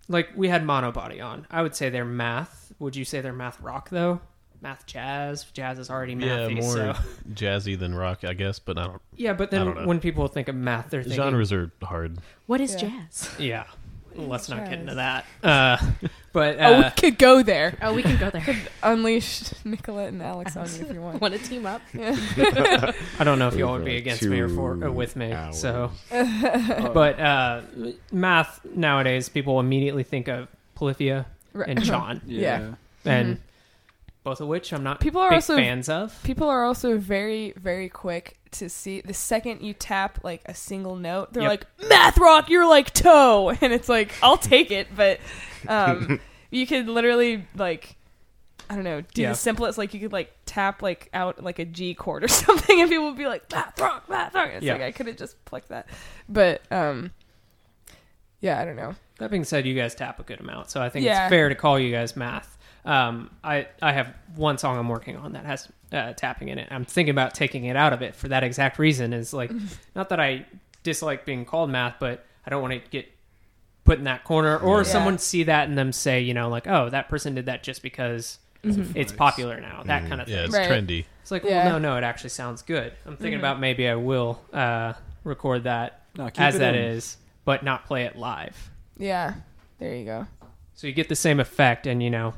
S4: like we had Monobody on. I would say they're math. Would you say they're math rock though? Math jazz. Jazz is already
S3: Yeah,
S4: mathy.
S3: more
S4: So.
S3: jazzy than rock, I guess, but I don't.
S4: Yeah, but
S3: I don't know.
S4: then when people think of math, they're thinking
S3: Genres are hard.
S5: what is
S2: Yeah.
S5: jazz?
S4: Yeah, let's not get
S2: jazz?
S4: into that. Uh, but
S2: Oh,
S4: uh,
S2: we could go there.
S5: Oh, we can go there.
S2: Unleash Nicolette and Alex on you if you want.
S5: Want to team up?
S4: I don't know if
S6: Over
S4: y'all would be against me or for or with me.
S6: two
S4: So,
S1: Oh,
S4: but uh, math nowadays, people immediately think of Polyphia
S2: Right.
S4: and Sean,
S1: yeah.
S4: and both of which I'm not
S2: Mm-hmm. People are
S4: big
S2: also
S4: fans of.
S2: People are also very, very quick to see the second you tap like a single note, they're
S4: Yep.
S2: like, Math Rock, you're like toe. And it's like, I'll take it, but um, you could literally like I don't know, do
S4: Yeah.
S2: the simplest like you could like tap like out like a G chord or something and people would be like, Math Rock, Math Rock. It's
S4: Yeah.
S2: like I could have just plucked that. But um yeah, I don't know.
S4: That being said, you guys tap a good amount, so I think
S2: Yeah.
S4: it's fair to call you guys math. Um, I I have one song I'm working on that has uh, tapping in it. I'm thinking about taking it out of it for that exact reason. Is like not that I dislike being called math, but I don't want to get put in that corner or
S2: Yeah.
S4: someone see that and them say, you know, like oh that person did that just because it's popular now. That kind of thing.
S3: Yeah, it's
S2: Right.
S3: trendy.
S4: It's like
S2: Yeah. Mm-hmm.
S4: well, no, no, it actually sounds good. I'm thinking about maybe I will uh, record that
S1: No, keep
S4: as
S1: it
S4: that is,
S1: in.
S4: but not play it live.
S2: Yeah. There you go.
S4: So you get the same effect, and you know,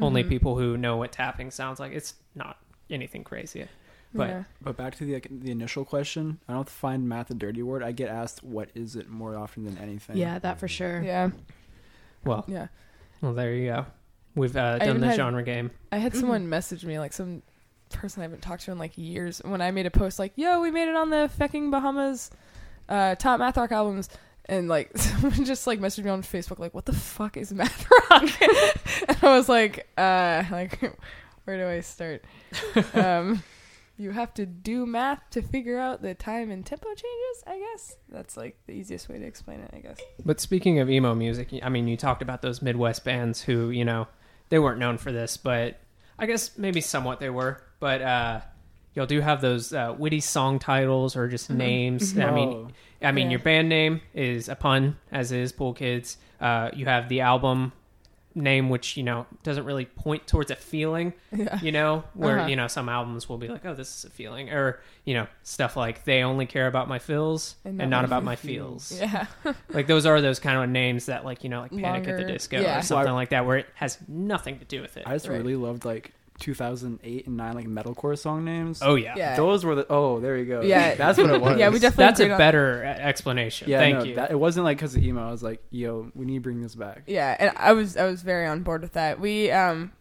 S4: only
S2: Mm-hmm.
S4: people who know what tapping sounds like. It's not anything crazy, but
S2: yeah.
S1: But back to the like, the initial question, I don't find math a dirty word. I get asked what is it more often than anything.
S5: Yeah, that for sure.
S2: yeah.
S4: well,
S2: Yeah.
S4: well, there you go. We've uh,
S2: even
S4: done the
S2: had-
S4: genre game.
S2: I had someone message me like some person I haven't talked to in like years when I made a post like, "Yo, we made it on the fucking Bahamas uh, top math rock albums," and like someone just like messaged me on Facebook like, "What the fuck is math rock?" and I was like, "Uh, like, where do I start?" um, you have to do math to figure out the time and tempo changes. I guess that's like the easiest way to explain it. I guess.
S4: But speaking of emo music, I mean, you talked about those Midwest bands who, you know, they weren't known for this, but I guess maybe somewhat they were. But uh, y'all do have those uh, witty song titles or
S2: Mm-hmm.
S4: just names. I
S1: Oh,
S4: mean, I mean,
S2: Yeah.
S4: your band name is a pun, as is Pool Kids. Uh, you have the album name, which you know doesn't really point towards a feeling.
S2: Yeah.
S4: You know, where
S2: Uh-huh.
S4: you know some albums will be like, "Oh, this is a feeling," or you know, stuff like "They only care about my fills and, not about my feels."
S2: Yeah.
S4: Like those are those kind of names that like you know like Panic at
S2: Longer-
S4: the Disco
S2: yeah.
S4: or something like that where it has nothing to do with it.
S1: I just
S2: Right.
S1: really loved like 2008 and 9 like metalcore song names.
S4: oh yeah,
S2: Yeah.
S1: Those were the oh, there you go.
S2: Yeah.
S1: that's what it was.
S2: Yeah, we definitely
S4: that's a
S2: agreed on-
S4: better uh, explanation.
S1: Yeah,
S4: Thank
S1: no,
S4: you.
S1: That, it wasn't like because of emo. I was like, yo, we need to bring this back.
S2: Yeah, and I was I was very on board with that. We um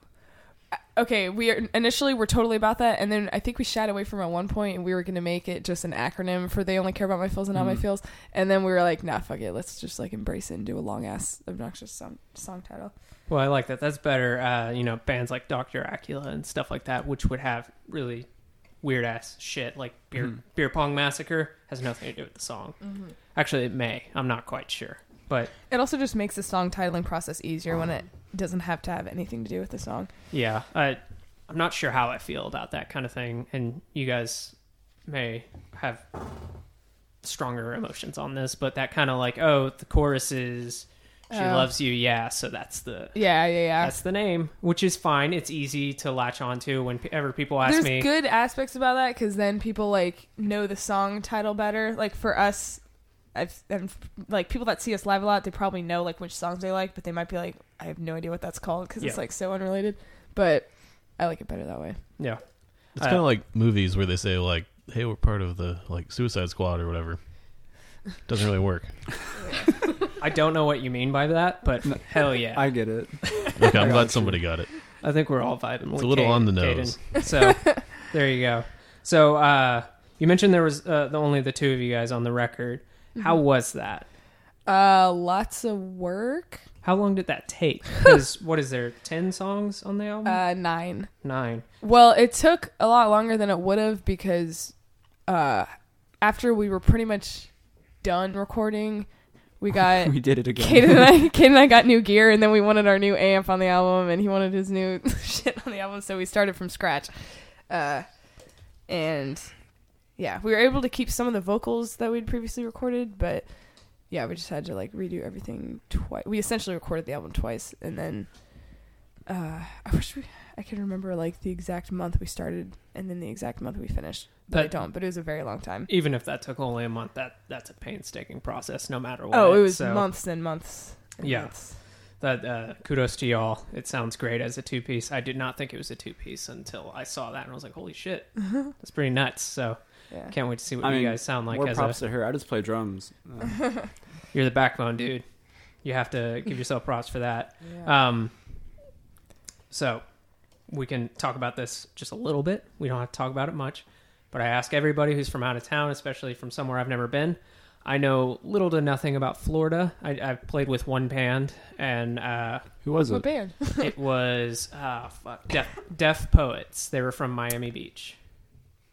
S2: okay, we are, initially were totally about that and then I think we shied away from it at one point and we were going to make it just an acronym for they only care about my feels and not my feels and then we were like, nah, fuck it. Let's just like embrace it and do a long ass obnoxious song, song title.
S4: well, I like that. That's better. Uh, you know, bands like Doctor Acula and stuff like that, which would have really weird ass shit like beer beer pong massacre has nothing to do with the song.
S2: Mm-hmm.
S4: Actually, it may. I'm not quite sure, but
S2: It also just makes the song titling process easier when it doesn't have to have anything to do with the song.
S4: Yeah, I, I'm not sure how I feel about that kind of thing, and you guys may have stronger emotions on this, but that kind of like, oh, the chorus is "She
S2: Oh.
S4: loves you," yeah, so that's the
S2: Yeah, yeah, yeah.
S4: that's the name, which is fine. It's easy to latch onto whenever people ask
S2: There's
S4: me.
S2: good aspects about that because then people like know the song title better. Like for us, I've and like people that see us live a lot, they probably know like which songs they like, but they might be like, I have no idea what that's called because it's
S4: Yeah.
S2: like so unrelated. But I like it better that way.
S4: yeah,
S3: It's
S4: Uh,
S3: kind of like movies where they say like, "Hey, we're part of the like Suicide Squad or whatever." Doesn't really work.
S4: I don't know what you mean by that, but hell yeah, I,
S1: I get it.
S3: Okay,
S1: I
S3: I'm
S1: got
S3: glad
S1: you.
S3: somebody got it.
S4: think we're all vibing.
S3: It's a little on the nose.
S4: So there you go. So uh, you mentioned there was uh, the only the two of you guys on the record.
S2: Mm-hmm.
S4: How was that?
S2: Uh, lots of work.
S4: How long did that take? Because what is there? Ten songs on the album?
S2: Uh, nine.
S4: Nine.
S2: Well, it took a lot longer than it would have because uh, after we were pretty much done recording, we got
S1: We did it again.
S2: Uh, Kaden and I, Kaden and I got new gear, and then we wanted our new amp on the album, and he wanted his new shit on the album, so we started from scratch. Uh, and yeah, we were able to keep some of the vocals that we'd previously recorded, but yeah, we just had to like redo everything twice. We essentially recorded the album twice, and then uh, I wish we, I could remember like the exact month we started and then the exact month we finished. But I
S4: That-
S2: don't. But it was a very long time.
S4: Even if that took only a month, that that's a painstaking process, no matter what.
S2: Oh, it was
S4: So
S2: months and months. And
S4: Yeah.
S2: months.
S4: That uh, kudos to y'all. It sounds great as a two piece. I did not think it was a two piece until I saw that and I was like, holy shit, that's pretty nuts. So
S2: Yeah.
S4: can't wait to see what
S1: I
S4: you
S1: mean,
S4: guys sound like.
S1: More
S4: As
S1: props
S4: a,
S1: to her. I just play drums. Uh,
S4: you're the backbone, dude. You have to give yourself props for that.
S2: Yeah.
S4: Um, so we can talk about this just a little bit. We don't have to talk about it much, but I ask everybody who's from out of town, especially from somewhere I've never been. I know little to nothing about Florida. I, I've played with one band, and uh,
S1: who was
S2: what
S1: it?
S2: band?
S4: it was uh, fuck, deaf, deaf Poets. They were from Miami Beach.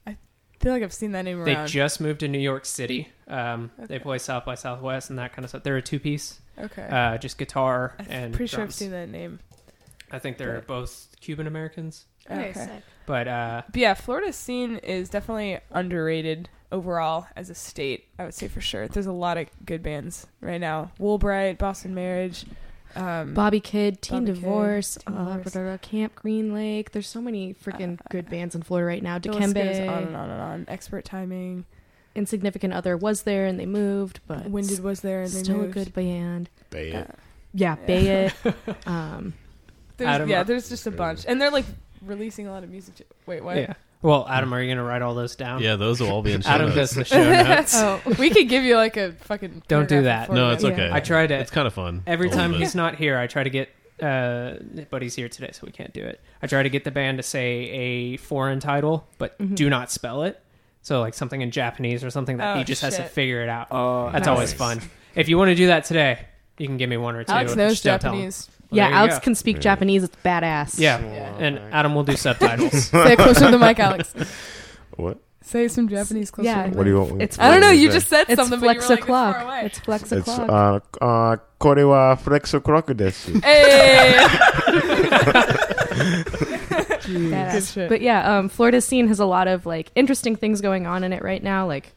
S2: I feel like I've seen that name
S4: They
S2: around.
S4: just moved to New York City. Um, They play South by Southwest and that kind of stuff. They're a two piece,
S2: okay.
S4: uh, just guitar
S2: I'm
S4: and
S2: pretty sure I've
S4: drums.
S2: seen that name.
S4: I think they're
S2: Right.
S4: both Cuban Americans,
S2: Okay.
S4: but uh,
S2: But yeah, Florida's scene is definitely underrated overall as a state. I would say for sure. There's a lot of good bands right now. Woolbright, Boston Marriage. Um,
S5: Bobby Kidd, Teen
S2: Bobby Kidd,
S5: Divorce,
S2: Teen
S5: uh,
S2: Divorce. Uh,
S5: blah, blah, blah, Camp Green Lake. There's so many freaking good bands in Florida right now.
S2: the list goes on and
S5: Dikembe,
S2: on and on. Expert timing.
S5: Insignificant Other was there and they moved, but
S2: Winded was there and they
S5: still
S2: moved.
S5: a good band.
S6: They
S2: Uh,
S5: Yeah,
S2: Yeah.
S5: Bay It. um,
S2: There's,
S4: Adam-
S2: yeah, there's just a bunch, and they're like releasing a lot of music. To, wait, what?
S4: Yeah. Well, Adam, are you gonna write all those down?
S3: Yeah, those will all be in show
S4: Adam
S3: notes.
S4: does the show notes.
S5: oh,
S2: We could give you like a fucking.
S4: Don't do
S2: paragraph
S4: that.
S2: before
S3: No,
S2: we
S3: it's
S2: go.
S3: okay.
S4: I try to
S3: It's kind of fun.
S4: every
S3: a little
S4: time
S3: bit.
S4: he's not here. I try to get, uh, but he's here today, so
S2: Mm-hmm.
S4: we can't do it. I try to get the band to say a foreign title, but do not spell it. So like something in Japanese or something that
S2: Oh,
S4: he just has to
S2: shit.
S4: figure it out.
S1: Oh,
S4: That's
S2: nice.
S4: always fun. If you want to do that today, you can give me one or two.
S2: Alex
S4: and
S2: knows
S4: just don't tell him.
S2: Japanese.
S4: Well,
S5: yeah,
S4: there you
S5: Alex
S4: go.
S5: can speak
S6: Right.
S5: Japanese. It's badass.
S4: Yeah.
S2: Yeah.
S4: and Adam will do subtitles.
S2: Say it closer to the mic, Alex.
S6: What?
S2: Say some Japanese closer.
S5: Yeah.
S2: To the
S6: What do you want?
S5: It's-
S2: mic. I don't know.
S6: what is
S2: You
S6: it?
S2: just said
S5: It's
S2: something, but you were
S5: flex
S2: like,
S5: o'clock.
S2: It's far away.
S5: It's flex
S6: It's
S5: o'clock.
S6: uh uh kore wa flexo croco desu.
S2: Hey.
S5: Badass.
S2: Good shit.
S5: But yeah, um, Florida's scene has a lot of like interesting things going on in it right now. Like,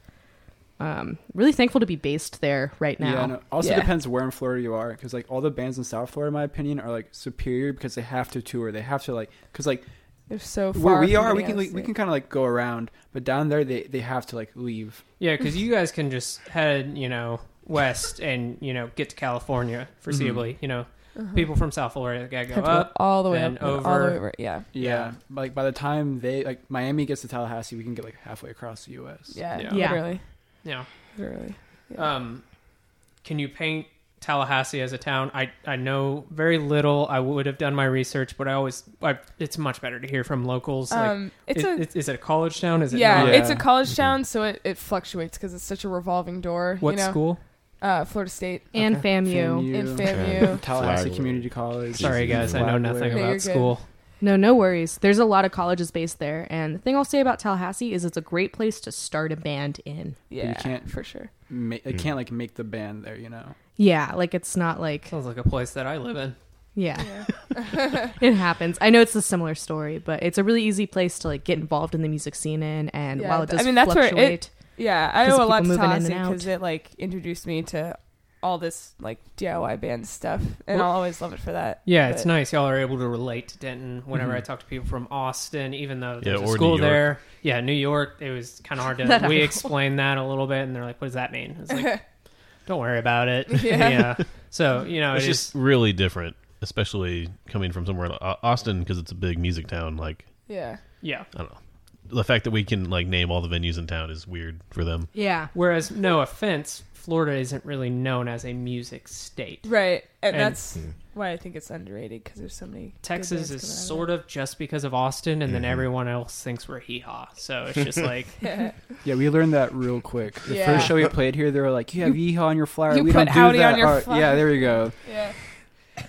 S5: um, really thankful to be based there right now.
S1: Yeah, and it also
S5: Yeah.
S1: depends where in Florida you are, because like all the bands in South Florida, in my opinion, are like superior because they have to tour. They have to like, because like
S2: They're so far.
S1: where we
S2: from
S1: are, we can
S2: getting out of
S1: like, we
S2: state.
S1: can kind of like go around, but down there they they have to like leave.
S4: yeah, because you guys can just head, you know, west and you know get to California foreseeably. You know,
S2: Mm-hmm.
S4: people from South Florida gotta go
S2: Uh-huh. Have to
S4: up.
S2: all the way
S4: and
S2: up, all the
S4: over.
S2: way over. Yeah,
S1: Yeah, like by the time they like Miami gets to Tallahassee, we can get like halfway across the U.S.
S2: yeah,
S4: Yeah.
S5: Yeah.
S2: literally,
S4: Yeah.
S2: literally. Yeah.
S4: Um, can you paint Tallahassee as a town? I I know very little. I would have done my research, but I always I, it's much better to hear from locals. Like,
S2: Um, it's
S4: it-
S2: a
S4: it's- is it a college town? Is it
S2: yeah,
S4: not?
S1: Yeah.
S2: it's a college town, so it, it fluctuates because it's such a revolving door.
S4: What
S2: you know?
S4: school?
S2: Uh, Florida State
S5: and
S4: Okay.
S5: FAMU.
S1: FAMU,
S2: and
S6: Okay.
S2: FAMU.
S1: Tallahassee
S6: Flagler.
S1: Community College.
S4: Sorry guys, I
S1: Flagler.
S4: know nothing
S2: No, you're
S4: about
S2: good.
S4: school.
S5: No, no worries. There's a lot of colleges based there, and the thing I'll say about Tallahassee is it's a great place to start a band in.
S2: Yeah,
S1: can't-
S2: for sure.
S1: Ma- they can't like make the band there, you know.
S5: Yeah, like it's not like
S2: Oh.
S4: Sounds like a place that I live in.
S5: yeah,
S2: Yeah.
S5: it happens. I know it's a similar story, but it's a really easy place to like get involved in the music scene in. And
S2: Yeah,
S5: while it
S2: I
S5: does
S2: mean, that's where it-
S5: fluctuate,
S2: Yeah, I
S5: 'Cause
S2: owe a
S5: people
S2: lot to
S5: moving in and
S2: Tallahassee
S5: out.
S2: because it like introduced me to all this like DIY band stuff, and I'll always love it for that.
S4: Yeah,
S2: But-
S4: it's nice. Y'all are able to relate to Denton. Whenever I talk to people from Austin, even though
S3: Yeah,
S4: there's a
S3: or New
S4: school
S3: York.
S4: there, yeah, New York, it was kind of hard
S5: That
S4: to.
S5: I
S4: we
S5: know.
S4: explained that a little bit, and they're like, "What does that mean?" It's like, "Don't worry about it."
S2: Yeah.
S4: So you know,
S3: it's
S4: it is-
S3: just really different, especially coming from somewhere like Au- Austin because it's a big music town. Like
S2: Yeah,
S4: yeah.
S3: I don't know, the fact that we can like name all the venues in town is weird for them.
S5: yeah,
S4: Whereas, no offense, Florida isn't really known as a music state.
S2: right, and,
S4: And-
S2: that's why I think it's underrated because there's so many.
S4: Texas is sort of just because of Austin, and then
S3: Mm-hmm.
S4: everyone else thinks we're hee haw. So it's just like,
S2: of.
S1: Yeah, we learned that real quick. The
S2: Yeah.
S1: first show we played here, they were like, "You have yeehaw on your flyer.
S2: you
S1: we
S2: put
S1: don't do
S2: howdy
S1: that."
S2: on your
S1: All right,
S2: flyer.
S1: Yeah, there you go.
S2: yeah.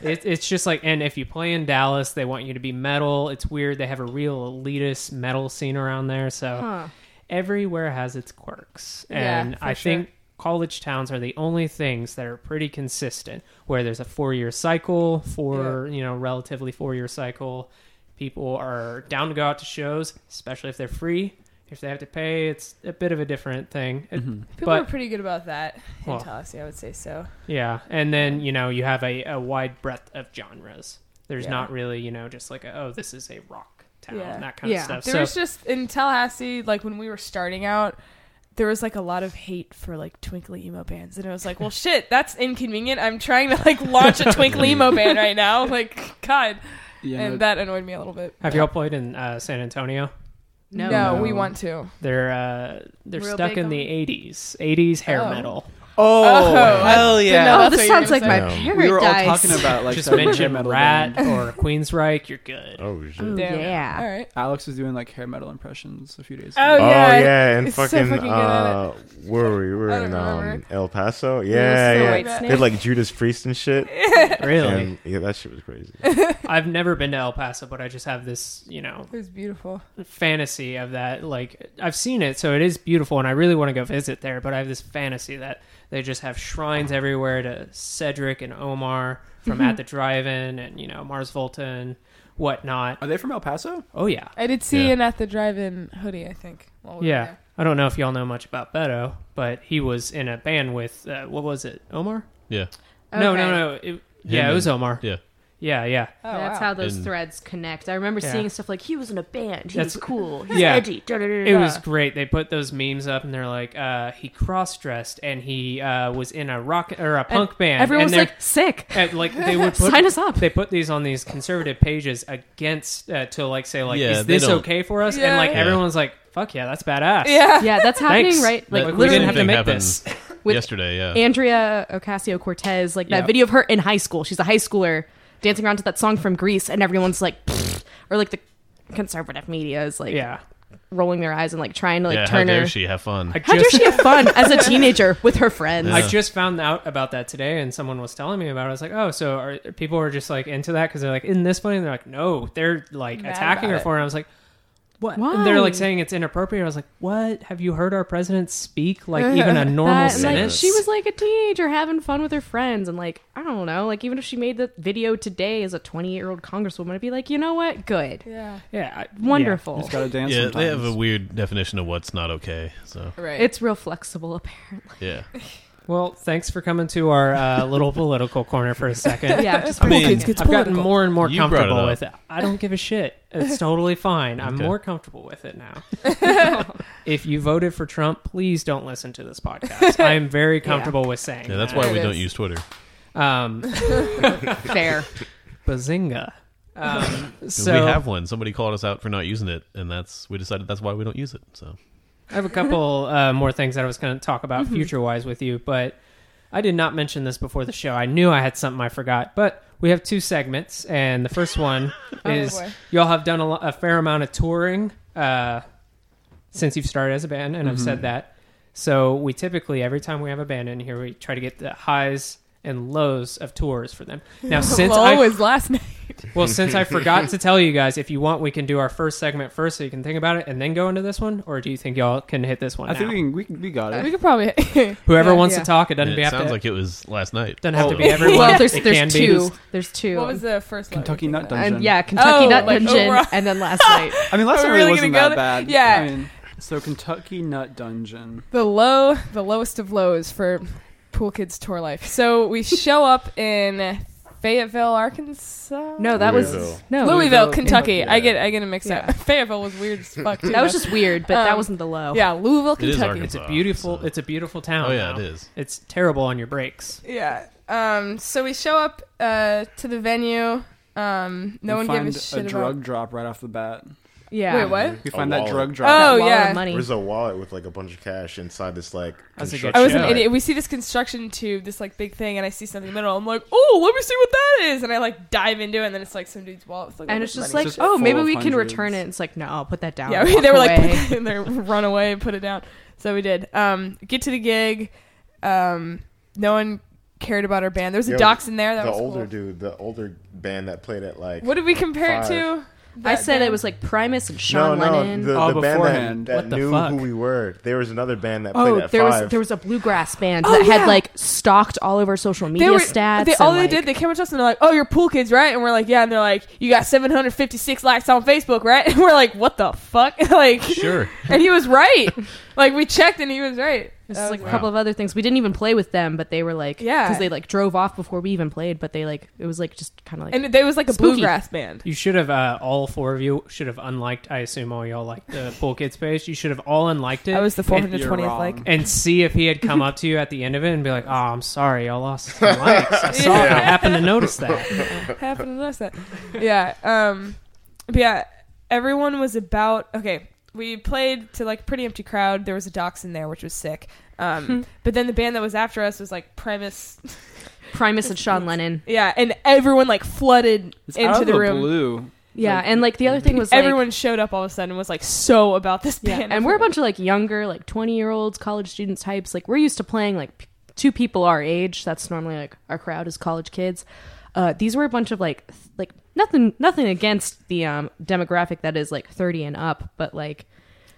S4: it, it's just like, and if you play in Dallas, they want you to be metal. It's weird. They have a real elitist metal scene around there. So
S5: huh?
S4: everywhere has its quirks.
S2: Yeah,
S4: And
S2: for
S4: I
S2: sure.
S4: think college towns are the only things that are pretty consistent where there's a four year cycle for, you know, relatively four year cycle. People are down to go out to shows, especially if they're free. If they have to pay, it's a bit of a different thing. It-
S1: Mhm.
S2: People
S4: But-
S2: are pretty good about that in
S4: Well.
S2: Tallahassee, I would say so.
S4: Yeah. And then, you know, you have a, a wide breadth of genres. There's
S2: Yeah.
S4: not really, you know, just like, a, oh, this is a rock town,
S2: Yeah.
S4: that kind
S5: Yeah.
S4: of stuff.
S2: There
S4: so,
S2: was just in Tallahassee, like when we were starting out, there was like a lot of hate for like twinkly emo bands, and it was like, well, shit, that's inconvenient. I'm trying to like launch a twinkly emo band right now, like God,
S1: Yeah,
S2: and
S1: no,
S2: that annoyed me a little bit.
S4: have y'all played in uh, San Antonio?
S5: No,
S2: no, we
S1: No.
S2: want to.
S4: They're uh, they're
S5: Real
S4: stuck
S5: big
S4: in
S5: on-
S4: the '80s, '80s hair
S2: Oh.
S4: metal.
S1: Oh,
S2: Oh,
S1: hell yeah!
S2: No,
S5: Oh,
S2: that's
S5: this
S2: what you
S5: sounds
S2: were
S5: like my
S6: gonna say.
S5: paradise.
S1: We were all talking about like
S4: Just
S1: some hair
S4: mention
S1: metal
S4: Rat
S1: band.
S4: or Queensryche, you're good.
S6: Oh
S5: Ooh,
S6: shit.
S2: Damn.
S5: yeah.
S2: All right.
S1: Alex was doing like hair metal impressions a few days.
S2: Oh,
S1: ago.
S6: Oh
S2: yeah,
S6: yeah, and
S2: it's so
S6: fucking,
S2: fucking good at
S6: uh, where were we? We were
S2: I don't
S6: in
S2: remember.
S6: um, El Paso.
S5: so
S6: Yeah,
S5: White
S6: yeah.
S5: Snake.
S6: They had like Judas Priest and shit.
S4: Really,
S6: And yeah, that shit was crazy.
S4: I've never been to El Paso, but I just have this, you know,
S2: It was beautiful.
S4: fantasy of that. Like I've seen it, so it is beautiful, and I really want to go visit there. But I have this fantasy that they just have shrines everywhere to Cedric and Omar from
S5: Mm-hmm.
S4: at the drive-in, and you know Mars Volta and whatnot.
S1: Are they from El Paso?
S4: Oh yeah,
S2: I did see
S3: Yeah.
S2: an at the drive-in hoodie, I think.
S5: Oh,
S2: While we were
S4: Yeah.
S2: there.
S4: I don't know if y'all know much about Beto, but he was in a band with, uh, what was it, Omar?
S3: Yeah,
S4: No,
S5: Okay.
S4: no, no. It, yeah, it
S3: and-
S4: was Omar.
S3: yeah.
S4: Yeah, yeah.
S2: Oh,
S5: That's
S2: wow.
S5: how those
S3: And-
S5: threads connect. I remember
S4: Yeah.
S5: seeing stuff like he was in a band. He
S4: That's-
S5: was cool. He's
S4: yeah.
S5: edgy. Da, da, da, da,
S4: It was
S5: da.
S4: great. They put those memes up, and they're like, uh, he cross-dressed, and he uh, was in a rock or a punk band.
S5: Everyone
S4: and
S5: was
S4: they're-
S5: like sick.
S4: and, like they would put,
S5: Sign us up.
S4: They put these on these conservative pages against uh, to like say like,
S3: Yeah,
S4: is
S3: they
S4: this
S3: don't-
S4: okay for us?
S2: Yeah.
S4: And like
S3: Yeah.
S4: everyone's like, fuck yeah, that's badass.
S2: Yeah.
S5: Yeah, that's happening
S4: Thanks.
S5: right. Like
S3: That-
S4: we didn't
S5: literally,
S4: have to
S3: Same
S4: make
S3: thing
S4: this.
S5: With-
S3: Yesterday, yeah.
S5: Andrea Ocasio Cortez, like that
S4: Yeah.
S5: video of her in high school. She's a high schooler dancing around to that song from Greece, and everyone's like, "Pfft," or like the conservative media is like,
S4: Yeah,
S5: rolling their eyes and like trying to like
S3: yeah, how
S5: turn
S3: dare
S5: her.
S3: she have fun?
S4: I
S5: How dare
S4: just-
S5: she have fun as a teenager with her friends?
S4: I just found out about that today, and someone was telling me about it. I was like, "Oh, so are people are just like into that because they're like, isn't this funny?" And they're like, "No, they're like
S2: Mad
S4: attacking
S2: about
S4: her
S2: it.
S4: for it." I was like, "What?"
S5: Why?
S4: And they're like saying it's inappropriate. I was like, "What? Have you heard our president speak like even a normal
S5: That- and, like,
S4: sentence?"
S5: she was like a teenager having fun with her friends, and like I don't know, like even if she made the video today as a 28 year old congresswoman, I'd be like, you know what, good,
S2: Yeah.
S4: yeah, I- yeah.
S5: wonderful.
S1: Just gotta dance.
S3: yeah,
S1: sometimes.
S3: they have a weird definition of what's not okay. So
S2: Right.
S5: It's real flexible, apparently.
S3: yeah,
S4: Well, thanks for coming to our uh, little political corner for a second.
S5: yeah, just
S3: I mean,
S5: for-
S3: kids
S4: I've gotten more and more
S3: You brought it
S4: comfortable
S3: up.
S4: with it. I don't give a shit. It's totally fine. I'm
S3: Okay.
S4: more comfortable with it now.
S2: Oh,
S4: if you voted for Trump, please don't listen to this podcast. I am very comfortable with saying
S3: yeah. That's
S4: that.
S3: why
S2: It
S3: we don't
S2: is.
S3: use Twitter.
S4: Um,
S5: fair.
S4: bazinga. Um,
S3: 'Cause
S4: so
S3: we have one. Somebody called us out for not using it, and that's we decided that's why we don't use it. So
S4: I have a couple uh, more things that I was going to talk
S2: Mm-hmm.
S4: about future wise with you, but I did not mention this before the show. I knew I had something I forgot, but we have two segments, and the first one
S2: Oh,
S4: is
S2: boy.
S4: y'all have done a, lo- a fair amount of touring uh, since you've started as a band, and I've
S3: Mm-hmm.
S4: said that. So we typically every time we have a band in here, we try to get the highs and lows of tours for them. Now since
S2: Low
S4: I
S2: is last name.
S4: Well, since I forgot to tell you guys, if you want, we can do our first segment first, so you can think about it and then go into this one. Or do you think y'all can hit this one?
S1: I think
S4: now?
S1: we can. We, can, we got
S2: We
S1: it.
S2: could probably.
S4: Whoever
S2: Yeah,
S4: wants
S2: yeah.
S4: to talk, it doesn't
S3: it
S4: be have
S3: sounds
S4: to.
S3: like it was last night.
S4: doesn't have to
S3: Oh.
S4: be everyone.
S5: Well, there's
S4: It can
S5: there's
S4: be.
S5: two. There's two.
S2: What was the first one?
S1: Kentucky Nut Dungeon.
S5: and yeah, Kentucky
S2: Oh,
S5: Nut
S2: like
S5: Dungeon,
S2: overall.
S5: and then last night.
S1: I mean, last
S2: Are
S1: time
S2: we really
S1: it wasn't
S2: gonna
S1: that
S2: go there?
S1: bad.
S2: Yeah.
S1: I mean, so Kentucky Nut Dungeon.
S2: The low, the lowest of lows for Pool Kids Tour Life. So we show up in Fayetteville, Arkansas.
S5: No, that was
S6: Louisville.
S5: no
S2: Louisville, Kentucky.
S6: Kentucky.
S2: I get I get it mixed
S5: Yeah.
S2: up. Fayetteville was weird as fuck. Too,
S5: That was
S2: though.
S5: just weird, but that
S2: Um,
S5: wasn't the low.
S2: yeah, Louisville,
S3: It is
S2: Kentucky.
S3: Arkansas.
S4: It's a beautiful.
S3: So-
S4: It's a beautiful town.
S3: Oh, yeah,
S4: now.
S3: it is.
S4: It's terrible on your brakes.
S2: Yeah. Um. So we show up uh to the venue. Um. No
S1: we
S2: one
S1: find
S2: gave a shit about.
S1: drug drop right off the bat.
S5: yeah.
S2: Wait, what?
S1: We
S6: A
S1: find that
S6: wallet.
S1: drug
S2: Oh,
S1: drop.
S5: That wall
S2: yeah.
S5: of money.
S6: There's a wallet with like a bunch of cash inside this like
S4: That's a good
S6: construction.
S2: I was an
S4: Yeah.
S2: idiot. We see this construction tube, this like big thing, and I see something in the middle. I'm like, oh, let me see what that is, and I like dive into it, and then it's like some dude's wallet. With, like, all
S5: And it's
S2: this
S5: just
S2: money.
S5: like,
S1: It's just
S5: oh,
S1: full
S5: maybe
S1: of
S5: we can
S1: hundreds.
S5: return it. It's like, no, I'll put that down.
S2: yeah, we,
S5: walk
S2: they were like,
S5: away.
S2: put it in there, run away, put it down. So we did. Um, get to the gig. Um, no one cared about our band. There was a
S6: Yo,
S2: docs in there. That
S6: the
S2: was
S6: older
S2: cool.
S6: dude, the older band that played at like
S2: What did we compare it
S6: Five.
S2: to?
S5: I
S2: That
S5: said
S2: band?
S5: it was like Primus and Sean
S6: no,
S5: Lennon.
S6: no, the,
S1: Oh,
S6: the band
S1: beforehand.
S6: that- that,
S4: What the
S6: knew
S4: fuck?
S6: who we were. There was another band that played
S5: Oh,
S6: at
S5: there
S6: five.
S5: was there was a bluegrass band
S2: Oh,
S5: that
S2: yeah.
S5: had like stalked all over social media
S2: They were,
S5: stats.
S2: they, all
S5: and,
S2: they
S5: like,
S2: did, they came up to us and they're like, "Oh, you're pool kids, right?" And we're like, "Yeah." And they're like, "You got 756 likes on Facebook, right?" And we're like, "What the fuck?" like,
S3: Sure.
S2: and he was right. like we checked, and he was right.
S5: This
S2: That
S5: is
S2: was
S5: like a
S2: weird.
S5: couple of other things. We didn't even play with them, but they were like,
S2: Yeah.
S5: because they like drove off before we even played. But they like, it was like just kind of like,
S2: and there was like a
S5: Spooky.
S2: bluegrass band.
S4: You should have. Uh, all four of you should have unliked. I assume all y'all liked the pool kids page. You should have all unliked it.
S2: I was the
S4: and,
S2: 420th like.
S4: and see if he had come up to you at the end of it and be like, "Oh, I'm sorry, I lost some likes. I saw. it. I happened to notice that."
S2: happened to us that. Yeah. Um but yeah, everyone was about okay, we played to like a pretty empty crowd. There was a dox in there, which was sick.
S5: Hmm.
S2: Um but then the band that was after us was like premise
S5: Primus and Sean Lennon.
S2: Yeah, and everyone like flooded
S1: It's
S2: into
S1: out of
S2: the, room.
S1: blue.
S5: Yeah, and like the other thing was like,
S2: Everyone showed up all of a sudden and was like so about this
S5: Yeah,
S2: band.
S5: and we're a bunch of like younger, like twenty year olds, college student types. Like we're used to playing like p- two people our age. That's normally like our crowd is college kids. Uh, these were a bunch of like th- like nothing nothing against the um, demographic that is like thirty and up, but like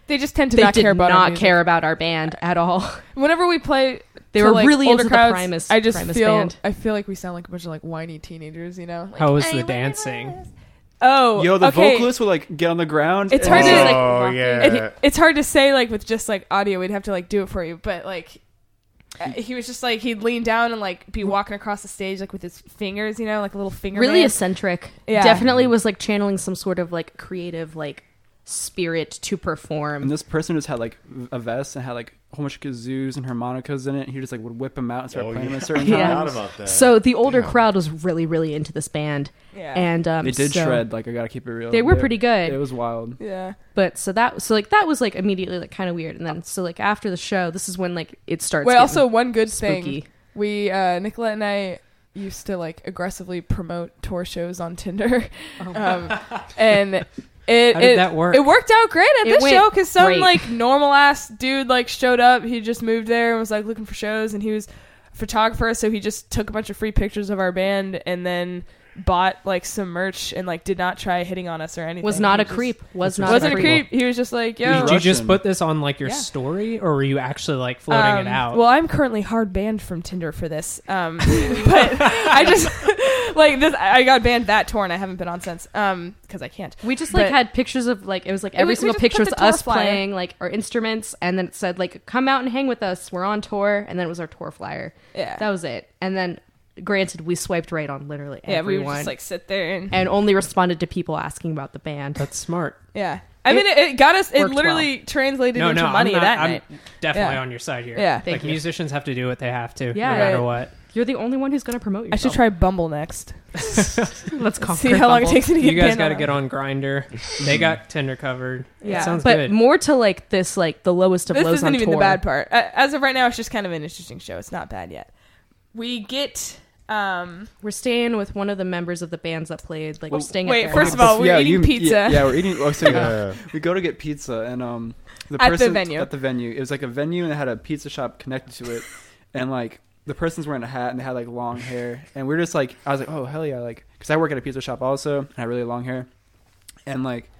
S2: they just tend to
S5: they
S2: not
S5: did
S2: care about our
S5: not
S2: music.
S5: care about our band at all.
S2: Whenever we play,
S5: They
S2: to,
S5: were
S2: like,
S5: really
S2: older
S5: into the
S2: crowds,
S5: Primus-
S2: I just
S5: Primus
S2: feel
S5: band.
S2: I feel like we sound like a bunch of like whiny teenagers, you know? Like,
S4: How was
S2: "I
S4: the
S2: wanna
S4: dancing?
S2: Oh,
S1: Yo, the
S2: okay.
S1: vocalist would like get on the ground.
S2: It's
S1: and
S2: hard to,
S1: just,
S2: like,
S6: Oh,
S5: walking-
S6: yeah.
S2: And he- it's hard to say like with just like audio we'd have to like do it for you but like uh, he was just like he'd lean down and like be walking across the stage like with his fingers you know like a little finger
S5: Mm-hmm. really
S2: man.
S5: eccentric.
S2: Yeah.
S5: Definitely was like channeling some sort of like creative like spirit to
S1: And
S5: perform.
S1: this person just had like v- a vest and had like a whole bunch of kazoos and harmonicas in it. And he just like would whip them out and start
S6: Oh,
S1: playing
S6: yeah.
S1: them at certain
S5: Yeah.
S1: times.
S6: Forgot about that.
S5: So the older
S6: Damn.
S5: crowd was really really into this band,
S2: yeah
S5: and um,
S1: They did
S5: so-
S1: shred. Like I gotta keep it real.
S5: They were pretty good.
S1: It was wild.
S2: yeah
S5: but so that so like that was like immediately like kind of weird and then so like after the show this is when like it starts
S2: wait
S5: getting
S2: also one good
S5: spooky
S2: thing we uh nicola and i used to like aggressively promote tour shows on tinder um, and It,
S4: How did
S2: it-
S4: that work?
S2: It worked out great at
S5: It
S2: this
S5: went
S2: show because some
S5: great.
S2: like normal ass dude like showed up. He just moved there and was like looking for shows, and he was a photographer, so he just took a bunch of free pictures of our band and then bought like some merch and like did not try hitting on us or anything.
S5: was not
S2: He
S5: a
S2: just-
S5: creep. Was not
S2: Wasn't a
S5: creep.
S2: creep. He was just like, yo.
S4: Did you just
S1: Russian.
S4: put this on like your
S2: Yeah.
S4: story, or were you actually like floating
S2: Um,
S4: it out?
S2: Well, I'm currently hard banned from Tinder for this, um, but I just like this. I got banned that tour, and I haven't been on since because I can't.
S5: We just like
S2: But-
S5: had pictures of like it was like
S2: It
S5: every
S2: was- we
S5: single
S2: just
S5: picture
S2: put
S5: was
S2: the tour
S5: us
S2: flyer.
S5: playing like our instruments, and then it said like come out and hang with us. We're on tour, and then it was our tour flyer.
S2: Yeah.
S5: that was it. And then, granted, we swiped right on literally
S2: Yeah, we
S5: everyone,
S2: would just like sit there and
S5: and only responded to people asking about the band.
S4: That's smart.
S2: yeah. I mean, it, it got us. It
S5: worked
S2: literally translated
S4: No,
S2: into
S4: no,
S2: money
S4: I'm not,
S2: that
S4: I'm
S2: night.
S4: definitely
S2: Yeah.
S4: on your side here.
S2: Yeah.
S5: Thank
S4: like
S5: you.
S4: musicians have to do what they have to,
S5: Yeah.
S4: no matter
S2: Right.
S4: what.
S5: You're the only one who's going to promote
S2: I
S5: yourself.
S2: should try Bumble next.
S5: Let's conquer
S2: See how long it
S5: Bumble.
S2: takes me to get.
S4: You guys
S2: banned
S4: got to
S2: on-
S4: get on Grinder. they got Tinder covered.
S2: Yeah.
S4: Yeah, sounds
S5: But
S4: good.
S5: more to like this, like the lowest of
S2: This
S5: lows on
S2: isn't even the
S5: tour.
S2: bad part. A- As of right now, it's just kind of an interesting show. It's not bad yet. We get. Um,
S5: We're staying with one of the members of the bands that played. Like we're
S1: Well,
S5: staying.
S2: wait,
S5: at their house.
S2: first of all, we're
S1: yeah,
S2: eating
S1: you-
S2: pizza.
S1: Yeah, yeah, we're eating. Oh, so yeah.
S6: Uh,
S1: we go to get pizza, and um, the
S2: At the
S1: person
S2: venue.
S1: at the venue. It was like a venue, and it had a pizza shop connected to it, and like the person's wearing a hat, and they had like long hair, and we are just like, I was like, oh hell yeah, like, because I work at a pizza shop also, and I had really long hair, and like.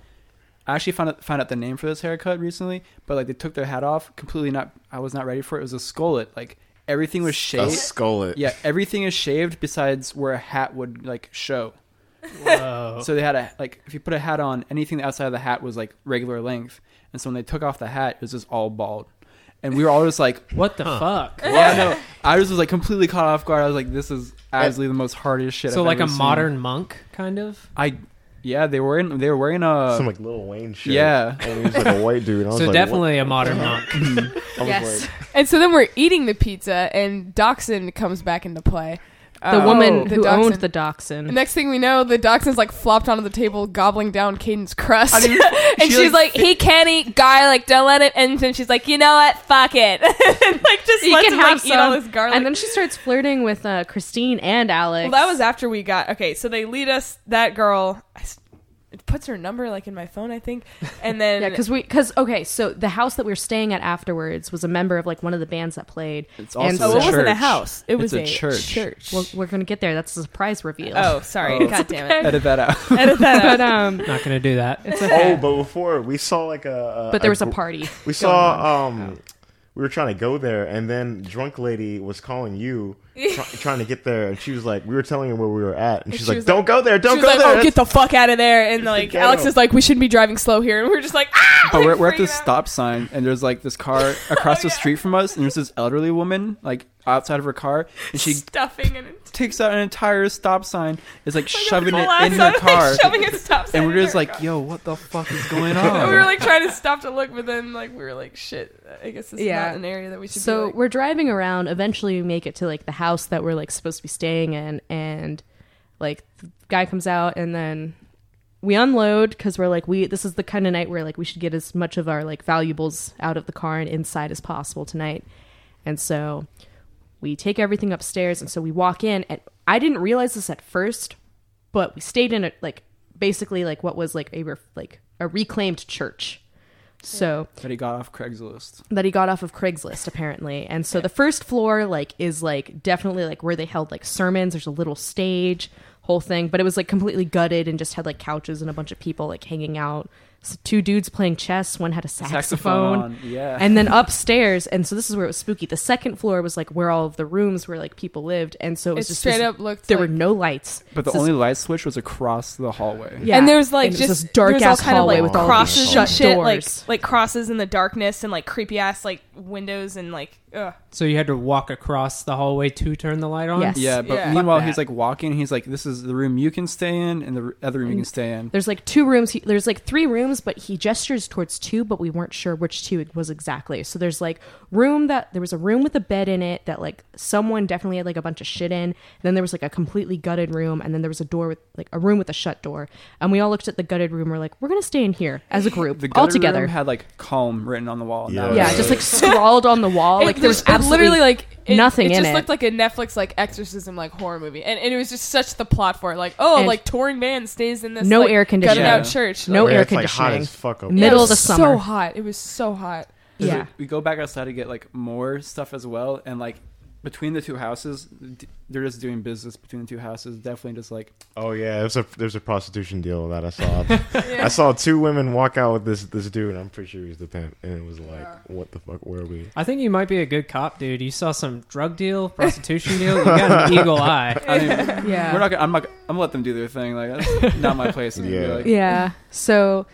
S1: I actually found out, found out the name for this haircut recently, but like they took their hat off completely. Not I was not ready for it. It was a skullet. Like everything was
S6: a
S1: shaved.
S6: skullet.
S1: Yeah, everything is shaved besides where a hat would like show.
S4: Whoa.
S1: So they had a like if you put a hat on, anything outside of the hat was like regular length. And so when they took off the hat, it was just all bald. And we were all just like,
S4: what the fuck?
S1: yeah, no. I just was like completely caught off guard. I was like, this is absolutely the most hardest shit.
S4: So
S1: I've
S4: like
S1: ever
S4: a
S1: seen.
S4: modern monk, kind of.
S1: I, yeah, they were in. They were wearing a.
S6: Some like Little Wayne shit.
S1: Uh, Yeah.
S6: and he was like a white dude. And I was
S4: So
S6: like,
S4: definitely a modern monk.
S6: What? I was
S5: Yes.
S6: like,
S2: And so then we're eating the pizza, and Dachshund comes back into play.
S5: the
S2: Um,
S5: woman who owned
S2: dachshund.
S5: the dachshund.
S2: Next thing we know, the dachshund's like flopped onto the table, gobbling down Caden's crust.
S1: I mean,
S2: and
S1: she,
S2: she's like,
S1: like,
S2: "He can't eat guy, like don't let it." And then she's like, "You know what? Fuck it." and, like just
S5: you
S2: lets
S5: can
S2: him,
S5: have
S2: like, eat all
S5: some.
S2: this garlic.
S5: And then she starts flirting with uh, Christine and Alex.
S2: well, that was after we got okay. So they lead us that girl. I s it puts her number like in my phone, I think, and then
S5: yeah, because we because okay, so the house that we were staying at afterwards was a member of like one of the bands that played.
S1: It's
S5: and
S1: also
S2: oh,
S1: a
S2: it wasn't a
S1: church.
S2: house. It
S1: It's
S2: was
S1: a church.
S2: church.
S5: Well, we're gonna get there. That's a surprise reveal.
S2: oh, sorry.
S1: Oh.
S2: God damn it.
S1: edit that out.
S2: Edit that out.
S5: but um,
S4: Not gonna do that.
S6: oh, but before we saw like a. a
S5: but there was a
S6: gr-
S5: party.
S6: We saw um we were trying to go there and then drunk lady was calling you try, trying to get there and she was like we were telling her where we were at and she's
S2: she
S6: like
S2: was
S6: don't go there
S2: She
S6: don't
S2: was
S6: go
S2: like,
S6: there
S2: "Oh, get the fuck out of there!" And like,
S6: ghetto.
S2: Alex is like, "We shouldn't be driving slow here." And we're just like, "Ah!"
S1: But
S2: like,
S1: we're, we're at
S2: freaking
S1: this
S2: out.
S1: stop sign, and there's like this car across
S4: Oh,
S1: the street from us, and there's this elderly woman like outside of her car, and she
S2: stuffing and
S1: takes out an entire stop sign, is like shoving
S2: full
S1: it
S2: ass
S1: in
S2: on
S1: her
S2: it,
S1: car,
S2: shoving a stop sign
S1: and we're
S2: in
S1: just
S2: her
S1: like,
S2: car.
S1: yo, what the fuck is going
S2: And
S1: on?
S2: we were like trying to stop to look, but then like we were like, shit. I guess this is
S5: Yeah.
S2: not an area that we should.
S5: So
S2: be, like,
S5: we're driving around. Eventually, we make it to like the house that we're like supposed to be staying in, and like the guy comes out, and then we unload because we're like, we this is the kind of night where like we should get as much of our like valuables out of the car and inside as possible tonight, and so we take everything upstairs, and so we walk in, and I didn't realize this at first, but we stayed in a like basically like what was like a ref- like a reclaimed church, so
S1: But he got off Craigslist.
S5: that he got off of Craigslist apparently. And so the first floor like is like definitely like where they held like sermons. There's a little stage, whole thing, but it was like completely gutted and just had like couches and a bunch of people like hanging out. So two dudes playing chess, one had a saxophone.
S1: on, yeah.
S5: And then upstairs, and so this is where it was spooky. The second floor was like where all of the rooms where like people lived, and so it was
S2: It
S5: just
S2: straight
S5: this-
S2: up looked
S5: There
S2: like-
S5: were no lights,
S1: But the
S5: It's this-
S1: only light switch was across the hallway.
S5: yeah.
S2: And there's like
S5: And it was
S2: just
S5: this dark
S2: there's all
S5: ass
S2: kind of like
S5: hallway with all these
S2: crosses
S5: shut
S2: and shit,
S5: doors.
S2: like like crosses in the darkness and like creepy ass like windows and like ugh.
S4: so you had to walk across the hallway to turn the light on.
S5: Yes.
S1: Yeah, but
S2: Yeah.
S1: meanwhile
S4: Fuck
S1: he's
S4: that.
S1: like walking. He's like, "This is the room you can stay in, and the r- other room you can stay in."
S5: There's like two rooms. He, there's like three rooms, but he gestures towards two, but we weren't sure which two it was exactly. So there's like room that there was a room with a bed in it that like someone definitely had like a bunch of shit in. then there was like a completely gutted room, and then there was a door with like a room with a shut door. And we all looked at the gutted room. We're like, we're gonna stay in here as a group,
S1: The
S5: all
S1: gutter
S5: together.
S1: room had like "calm" written on the wall. and that
S6: Yeah.
S1: was-
S5: yeah, just like scrawled on the wall.
S2: It
S5: Oh, like there was
S2: just- it
S5: absolutely
S2: literally like it,
S5: Nothing
S2: It
S5: in
S2: just
S5: it.
S2: looked like a Netflix like exorcism like horror movie, and, and it was just such the plot for it. Like oh,
S5: And-
S2: like touring man stays in this
S5: No
S2: like,
S5: air
S2: gutted
S5: conditioning.
S2: out
S1: Yeah.
S2: church.
S5: No
S2: like,
S6: Where
S5: air
S6: it's like hot
S5: conditioning.
S6: as fuck over
S2: yeah, it
S5: Middle
S2: was
S5: of the
S2: So
S5: summer.
S2: hot. It was so hot.
S1: Does
S5: Yeah.
S1: it- we go back outside to get like more stuff as well, and like between the two houses, d- they're just doing business between the two houses. Definitely just like
S6: Oh yeah, there's a there's a prostitution deal that I saw. I saw two women walk out with this this dude. And I'm pretty sure he was the pimp, and it was like, what the fuck? Where are we?
S4: I think you might be a good cop, dude. You saw some drug deal, prostitution deal. You got an eagle eye.
S1: I mean,
S5: Yeah.
S1: we're not. Gonna, I'm not. I'm gonna let them do their thing. Like that's not my place. to be
S6: Yeah.
S1: like-
S5: Yeah. So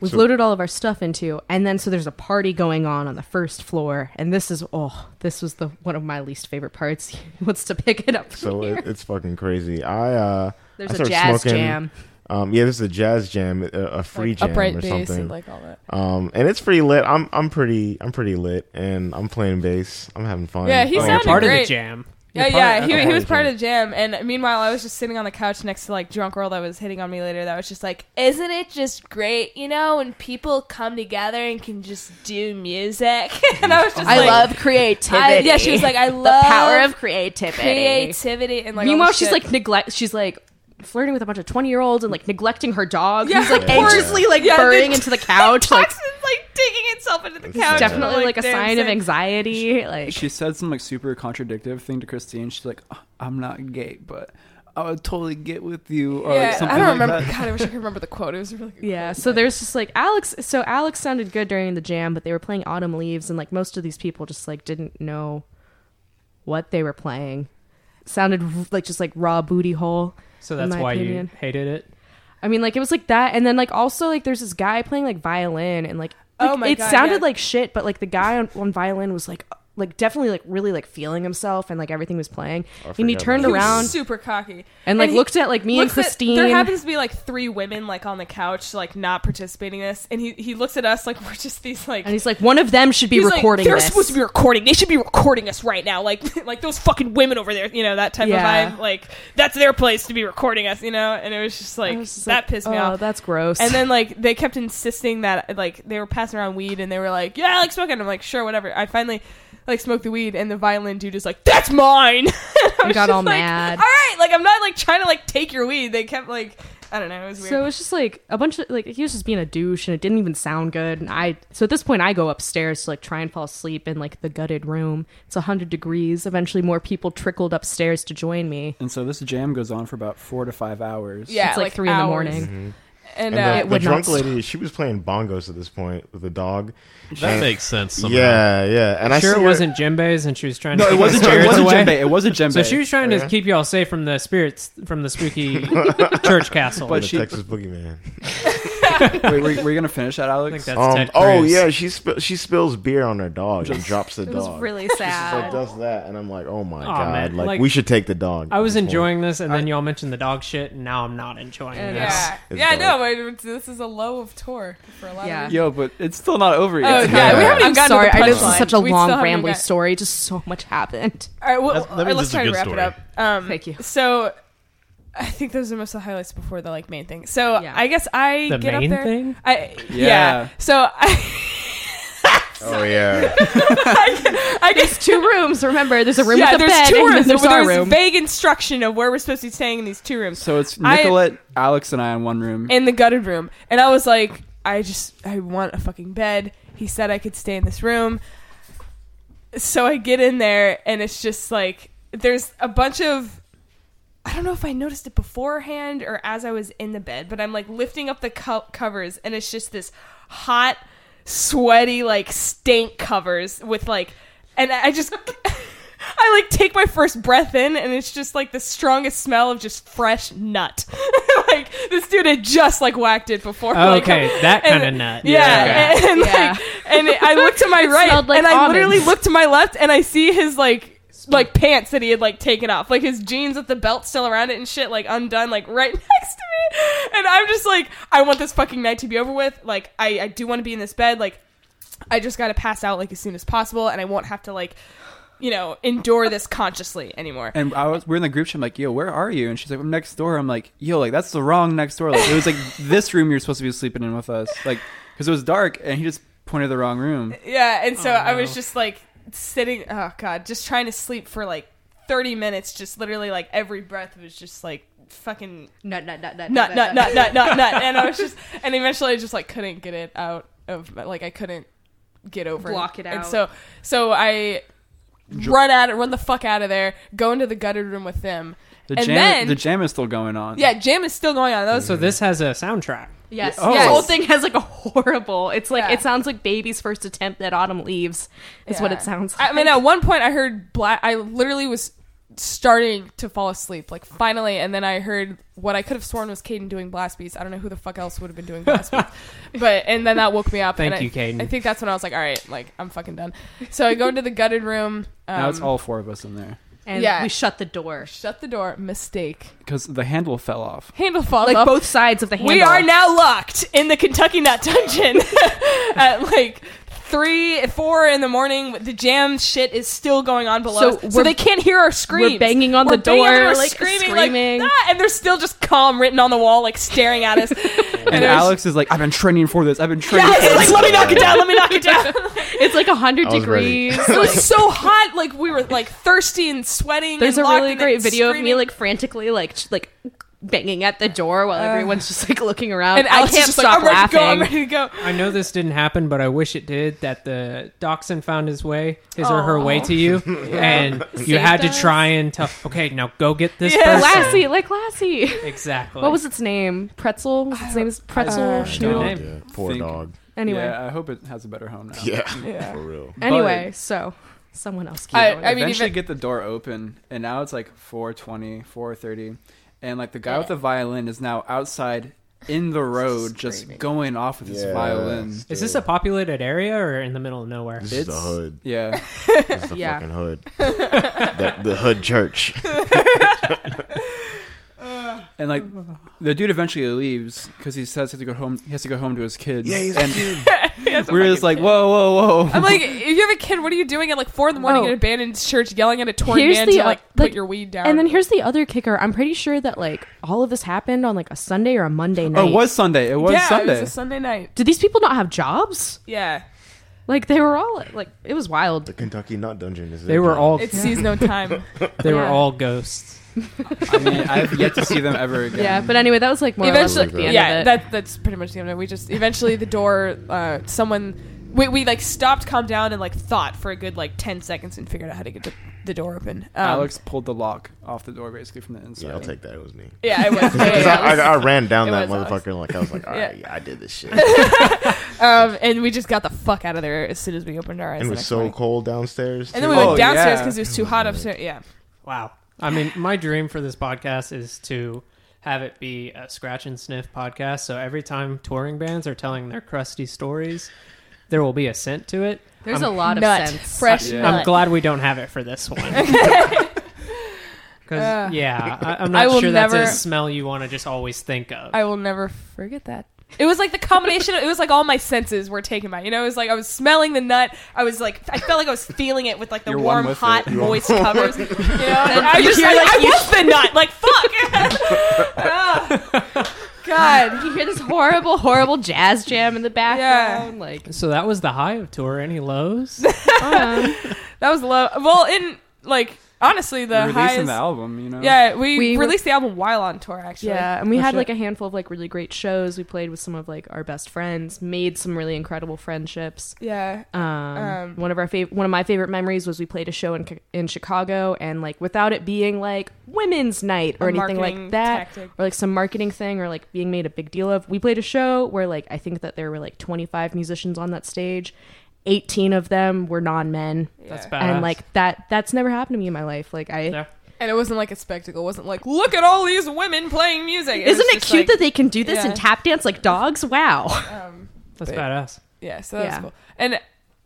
S5: we've
S6: So-
S5: loaded all of our stuff into, and then so there's a party going on on the first floor, and this is oh, this was the one of my least favorite parts. He wants to pick it up. from
S6: So
S5: here.
S6: it, it's fucking crazy. I uh,
S5: there's
S6: I
S5: a
S6: started
S5: jazz
S6: smoking,
S5: jam.
S6: um, yeah, this is a jazz jam, a, a free
S2: like,
S6: jam
S2: upright
S6: or
S2: bass
S6: something.
S2: and like all that.
S6: um, and it's pretty lit. I'm I'm pretty I'm pretty lit, and I'm playing bass. I'm having fun.
S2: Yeah, he
S6: Like,
S2: sounded
S4: Oh, part of
S2: great.
S4: the jam.
S2: Yeah,
S1: You're part-
S2: yeah,
S1: okay.
S2: he, he was part of the jam, and meanwhile, I was just sitting on the couch next to like drunk girl that was hitting on me later. That was just like, isn't it just great, you know, when people come together and can just do music? and I was just, like,
S5: creativity.
S2: I- yeah, she was like, I love
S5: creativity.
S2: creativity, and like, all
S5: Meanwhile,
S2: this
S5: she's
S2: shit.
S5: like neglect. She's like flirting with a bunch of twenty year olds and like neglecting her dog.
S2: Yeah,
S5: who's like
S2: of course.
S5: anxiously like
S2: Yeah, the-
S5: burning into the couch. like
S2: Toxin's like digging itself into the couch.
S5: definitely
S2: I'm
S5: like a
S2: "Damn,
S5: sign of
S2: sick."
S5: anxiety. Like
S1: She said some like super contradictive thing to Christine. She's like, "Oh, "I'm not gay, but I would totally get with you," or like
S2: Yeah,
S1: something
S2: I don't
S1: like
S2: remember.
S1: that.
S2: God, I wish I could remember the quote. It was a really good
S5: Yeah,
S2: quote,
S5: so
S2: but-
S5: there's just like Alex. So Alex sounded good during the jam, but they were playing Autumn Leaves, and like most of these people just like didn't know what they were playing. Sounded r- like just like raw booty hole.
S4: So
S5: in
S4: that's
S5: my
S4: why
S5: opinion.
S4: you hated it.
S5: I mean, like it was like that, and then like also like there's this guy playing like violin, and like,
S2: Oh
S5: like,
S2: my
S5: it
S2: God,
S5: sounded
S2: yeah.
S5: like shit, but like the guy on, on violin was like uh, like definitely like really like feeling himself, and like everything was playing, and he
S6: forgot
S5: turned
S2: He was
S5: around
S2: super cocky,
S5: and like
S2: he-
S5: looked at like me and
S2: looks at-
S5: Christine.
S2: there happens to be like three women like on the couch, like not participating in this, and he he looks at us like we're just these like.
S5: and he's like, one of them should be
S2: he's like,
S5: recording.
S2: They're
S5: this."
S2: supposed to be recording. They should be recording us right now. Like like those fucking women over there. You know that type
S5: Yeah.
S2: of vibe. Like that's their place to be recording us. You know, and it was just like
S5: I was just
S2: that
S5: like,
S2: pissed me
S5: oh,
S2: off.
S5: that's gross.
S2: And then like they kept insisting that like they were passing around weed and they were like, Yeah, I like smoking. I'm like, sure, whatever. I finally like smoked the weed and the violin dude is like, That's mine And I
S5: You
S2: was
S5: got
S2: just
S5: all
S2: like,
S5: mad.
S2: All right, like I'm not like trying to like take your weed. They kept like I don't know, it was weird.
S5: So it was just like a bunch of like he was just being a douche and it didn't even sound good. And I so at this point I go upstairs to like try and fall asleep in like the gutted room. It's hundred degrees. Eventually more people trickled upstairs to join me.
S1: And so this jam goes on for about four to five hours.
S2: yeah,
S5: it's like, three in the
S2: hours.
S5: morning.
S6: Mm-hmm.
S2: And,
S6: And
S2: uh,
S6: the,
S5: it
S6: the
S5: would not
S6: drunk
S5: stop.
S6: lady, she was playing bongos at this point with a dog.
S3: That
S6: And-
S3: makes sense. Somehow.
S6: Yeah, yeah. And I
S4: sure,
S6: see
S4: it
S6: her-
S4: wasn't djembes, and she was trying
S1: No, it
S4: to. keep
S1: wasn't.
S4: the
S1: It
S4: spirits
S1: was a
S4: away?
S1: djembe. It was a djembe.
S4: So she was trying
S6: Oh, yeah?
S4: to keep y'all safe from the spirits from the spooky church castle.
S1: But
S6: the
S1: she-
S6: Texas boogeyman.
S1: Wait, were, were you gonna finish that,
S4: I think
S1: Alex?
S4: that's
S6: Um,
S4: Ted
S6: oh
S4: Cruz.
S6: yeah, she sp- she spills beer on her dog and drops the
S5: It
S6: dog.
S5: was really
S6: She's like
S5: sad.
S6: does that, and I'm like, oh my
S4: Aw,
S6: god,
S4: man,
S6: like,
S4: like-
S6: we should take the dog.
S4: I was
S6: Before-
S4: enjoying this, and then y'all mentioned the dog shit, and now I'm not enjoying
S5: And,
S4: this.
S2: yeah,
S6: It's
S2: yeah,
S6: dark.
S2: no, but this is a low of tour for a lot
S5: Yeah.
S2: of reasons.
S1: Yo, but it's still not over
S2: Oh,
S1: yet.
S2: yeah, we
S6: Yeah.
S2: haven't even
S5: I'm
S2: gotten
S5: sorry.
S2: to
S5: I know
S2: the
S5: this is
S2: punchline.
S5: such a
S2: We still
S5: long
S2: haven't even
S5: rambly
S2: got-
S5: story. Just so much happened.
S2: All right, well,
S3: That's- that
S2: all right,
S3: means
S2: let's
S3: it's a
S2: try to
S3: good
S2: wrap it
S3: story.
S2: up. Um,
S5: Thank you.
S2: So, I think those are most of the highlights before the like main thing. So
S5: Yeah.
S2: I guess I
S4: The
S2: get
S4: main
S2: up there.
S4: thing?
S2: I yeah.
S1: Yeah.
S2: So I
S6: Oh yeah,
S2: I guess
S5: Two rooms. Remember, there's a room
S2: yeah.
S5: with a
S2: There's
S5: bed
S2: two
S5: and
S2: rooms.
S5: then there's
S2: but
S5: our
S2: there was
S5: room.
S2: vague instruction of where we're supposed to be staying in these two rooms.
S1: So it's
S2: I-
S1: Nicolette, Alex, and I in one room.
S2: in the gutted room. And I was like, I just, I want a fucking bed. He said I could stay in this room. So I get in there, and it's just like, there's a bunch of. I don't know if I noticed it beforehand or as I was in the bed, but I'm like lifting up the co- covers, and it's just this hot, sweaty, like stank covers with like. And I I just. I like take my first breath in, and it's just like the strongest smell of just fresh nut. like this dude had just like whacked it before.
S4: Oh,
S2: like,
S4: okay, that
S2: and-
S4: kind of nut.
S2: Yeah,
S4: Okay.
S2: and, and,
S5: Yeah.
S2: like, and it- I look to my right,
S5: smelled like
S2: and I literally
S5: almonds.
S2: look to my left, and I see his like like pants that he had like taken off, like his jeans with the belt still around it and shit, like undone, like right next to me. And I'm just like, I want this fucking night to be over with. Like, I I do want to be in this bed. Like, I just got to pass out like as soon as possible, and I won't have to like. You know, endure this consciously anymore.
S1: And I was, we're in the group chat. I'm like, yo, where are you? And she's like, I'm next door. I'm like, yo, like that's the wrong next door. Like it was like this room you're supposed to be sleeping in with us, like because it was dark, and he just pointed the wrong room.
S2: Yeah, and so
S4: Oh,
S2: I
S4: no.
S2: was just like, sitting oh god just trying to sleep for like 30 minutes just literally like every breath was just like fucking
S5: Nut, nut, nut, nut,
S2: nut nut nut nut nut nut and i was just and eventually i just like couldn't get it out of like i couldn't get over
S5: Block it
S2: and
S5: out.
S2: so so i run out of run the fuck out of there go into the gutted room with them
S1: The
S2: and
S1: jam,
S2: then
S1: the jam is still going on.
S2: yeah jam is still going on that was
S4: So this has a soundtrack.
S5: Yes.
S1: Oh.
S5: This whole thing has like a horrible. It's like
S2: Yeah.
S5: it sounds like baby's first attempt at autumn leaves. Is what
S2: Yeah.
S5: it sounds. like.
S2: I mean, at one point, I heard black. I literally was starting to fall asleep, like finally, and then I heard what I could have sworn was Caden doing blast beats. I don't know who the fuck else would have been doing blast beats, but and then that woke me up.
S4: Thank
S2: and
S4: you,
S2: I,
S4: Caden.
S2: I think that's when I was like, all right, like I'm fucking done. So I go into the gutted room. Um,
S1: Now it's all four of us in there
S5: and
S2: yeah.
S5: we shut the door.
S2: shut the door. Mistake.
S1: because the handle fell off.
S2: Handle falls
S5: Like
S2: off.
S5: both sides of the handle.
S2: We are now locked in the Kentucky Nut Dungeon at like three, four in the morning. The jam shit is still going on below,
S5: So
S2: so,
S5: we're-
S2: they can't hear our screams.
S5: banging on the
S2: banging on
S5: door,
S2: we're
S5: like, screaming.
S2: "Ah!" and they're still just calm written on the wall, like staring at us. and
S1: And
S2: there's-
S1: Alex is like, I've been training for this. I've been training
S2: Yes,
S1: for
S2: it's
S1: this.
S2: like, let me knock it down. Let me knock it down.
S5: It's like hundred
S6: I was ready.
S5: degrees.
S2: it was so hot, like we were like thirsty and sweating.
S5: There's a
S2: and locked
S5: really
S2: in
S5: great
S2: and
S5: video of me
S2: screaming.
S5: like frantically like ch- like banging at the door while everyone's just like looking around.
S2: Uh. and
S5: I
S2: Alex
S5: can't
S2: is just
S5: stop
S2: like,
S5: laughing.
S2: I'm ready to go. I'm ready to go.
S4: I know this didn't happen, but I wish it did. That the dachshund found his way, his or her way
S2: Aw.
S4: to you, and you had to
S5: us.
S4: try and tell. Okay, now go get this
S2: Yeah.
S4: person.
S5: Lassie, like Lassie.
S4: Exactly.
S5: What was its name? Pretzel. Was its name is Pretzel.
S2: Uh,
S5: Schnoodle?
S4: Name.
S6: Yeah, poor
S1: Think-
S6: dog.
S5: Anyway,
S1: Yeah, I hope it has a better home now.
S6: Yeah,
S2: Yeah.
S6: for real.
S5: anyway. So someone else. Keep
S2: I-
S5: going.
S2: I mean,
S1: eventually
S2: even-
S1: get the door open, and now it's like 420, 430, and like the guy with the violin is now outside in the road, just
S2: Screaming.
S1: going off with his
S6: Yeah.
S1: violin.
S4: Is this a populated area or in the middle of nowhere?
S6: This is the hood.
S1: Yeah,
S6: This is the
S5: Yeah.
S6: fucking hood. that, the hood church.
S1: and like the dude eventually leaves because he says he has to go home. He has to go home to his kids.
S6: Yeah, he's a
S1: and we're just like, whoa, whoa, whoa.
S2: I'm like, if you have a kid, what are you doing at like four in the morning
S5: Oh.
S2: in an abandoned church, yelling at a torn
S5: Here's
S2: man
S5: the
S2: to
S5: o-
S2: like
S5: like-
S2: put your weed down?
S1: Um,
S5: And then here's the other kicker. I'm pretty sure that like all of this happened on like a Sunday or a Monday night.
S1: oh, it was Sunday. It was
S2: yeah,
S1: Sunday.
S2: it was a Sunday night.
S5: Did these people not have jobs?
S2: Yeah,
S5: Like they were all like it was wild.
S6: The Kentucky Nut Dungeon is.
S4: They were all
S2: it sees no time.
S4: they were
S5: Yeah.
S4: all ghosts.
S1: I mean, I've yet to see them ever again.
S5: Yeah, but anyway, that was like more
S2: eventually,
S5: or less like the end
S2: yeah,
S5: of it.
S2: that that's pretty much the end of it. We just eventually the door. Uh, someone we we like stopped, calmed down, and like thought for a good like ten seconds and figured out how to get the, the door open. Um,
S1: Alex pulled the lock off the door basically from the inside.
S6: Yeah, I'll take that. It was me.
S2: Yeah, it was. Yeah, yeah,
S6: 'Cause
S2: yeah, it
S6: I,
S2: was-
S6: I, I ran down
S2: it
S6: that
S2: was us.
S6: motherfucker and like I was like, all right, yeah, I did this shit.
S2: um, and we just got the fuck out of there as soon as we opened our eyes.
S6: And
S2: the
S6: it was
S2: next
S6: so
S2: morning.
S6: cold downstairs.
S2: And then we
S6: too.
S1: Oh,
S2: went downstairs
S1: yeah.
S2: because it was too hot upstairs. Yeah.
S4: Wow. I mean, my dream for this podcast is to have it be a scratch and sniff podcast. So every time touring bands are telling their crusty stories, there will be a scent to it.
S5: There's
S4: I'm-
S5: a lot
S2: Nut.
S5: of sense.
S2: Fresh
S1: Yeah.
S2: nut.
S4: I'm glad we don't have it for this one. 'Cause,
S2: Uh,
S4: yeah, I, I'm
S2: I
S4: not
S2: will
S4: sure
S2: never-
S4: that's a smell you want to just always think of.
S2: I will never forget that. It was like the combination. Of, it was like all my senses were taken by. You know, it was like I was smelling the nut. I was like, I felt like I was feeling it with like the
S1: You're one
S2: warm,
S1: with
S2: hot,
S1: it.
S2: moist covers. You know, and I
S5: You
S2: just
S5: hear,
S2: like,
S5: like,
S2: I
S5: you-
S2: was the nut. Like fuck. Ah. God.
S5: You hear this horrible, horrible jazz jam in the background. Like
S4: so that was the high of tour. Any lows?
S5: um,
S2: That was low. Well, in like honestly, the
S1: You're releasing
S2: highest.
S1: the album, you know.
S2: Yeah, we,
S5: We were-
S2: released the album while on tour. Actually,
S5: yeah, and we
S4: Oh,
S5: had
S4: shit.
S5: like a handful of like really great shows. We played with some of like our best friends, made some really incredible friendships.
S2: yeah.
S5: Um,
S2: Um,
S5: one of our favorite, one of my favorite memories was we played a show in Chi- in Chicago, and like without it being like women's night or
S2: A
S5: anything
S2: marketing
S5: like that,
S2: tactic.
S5: or like some marketing thing, or like being made a big deal of, we played a show where like I think that there were like 25 musicians on that stage, 18 of them were non men,
S4: That's
S2: Yeah.
S4: bad.
S5: and like that that's never happened to me in my life. Like I.
S4: Yeah.
S2: And it wasn't like a spectacle. It wasn't like, look at all these women playing music. It
S5: Isn't
S2: was
S5: it
S2: just
S5: cute
S2: like,
S5: that they can do this
S2: Yeah.
S5: and tap dance like dogs? Wow.
S2: Um,
S4: That's
S2: But-
S4: badass.
S2: yeah, so that was
S5: Yeah.
S2: cool. And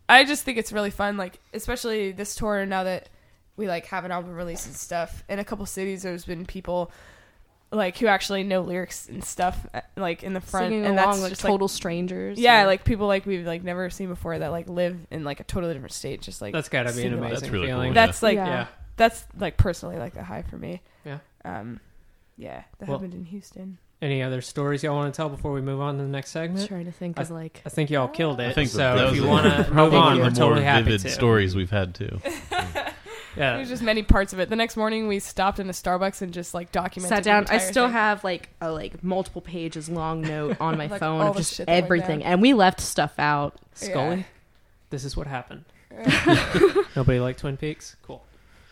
S2: I just think it's really fun, like especially this tour now that we like have an album release and stuff. In a couple cities, there's been people like who actually know lyrics and stuff, uh, like in the front,
S5: Singing
S2: and
S5: along
S2: that's
S5: like
S2: just
S5: total strangers.
S2: Like, yeah,
S5: and-
S2: like people like we've like never seen before that like live in like a totally different state. Just like
S4: That's got to be an
S2: singing along.
S4: amazing
S3: That's really cool,
S4: feeling.
S3: yeah.
S2: That's like
S5: Yeah.
S4: yeah.
S2: that's like personally like the high for me.
S4: Yeah.
S2: Um, yeah, that
S4: Well-
S2: happened in Houston.
S4: Any other stories y'all want to tell before we move on to the next segment?
S5: trying to think of like
S4: I think y'all killed it.
S3: I think
S4: so.
S3: that
S4: if
S3: was
S4: you
S3: a-
S4: want to move
S3: Probably
S4: on,
S3: one
S4: we're
S3: of the more
S4: totally happy
S3: vivid
S4: to.
S3: stories we've had too.
S4: Yeah.
S2: There's just many parts of it. The next morning, we stopped in a Starbucks and just like documented.
S5: sat
S2: the
S5: down. I
S2: entire
S5: still
S2: thing.
S5: have like a like multiple pages long note on my
S2: Like,
S5: phone
S2: all
S5: of
S2: the
S5: just
S2: shit that went
S5: everything,
S2: down.
S5: and we left stuff out.
S4: Scully,
S2: Yeah.
S4: this is what happened.
S2: Yeah.
S4: Nobody liked Twin Peaks. Cool.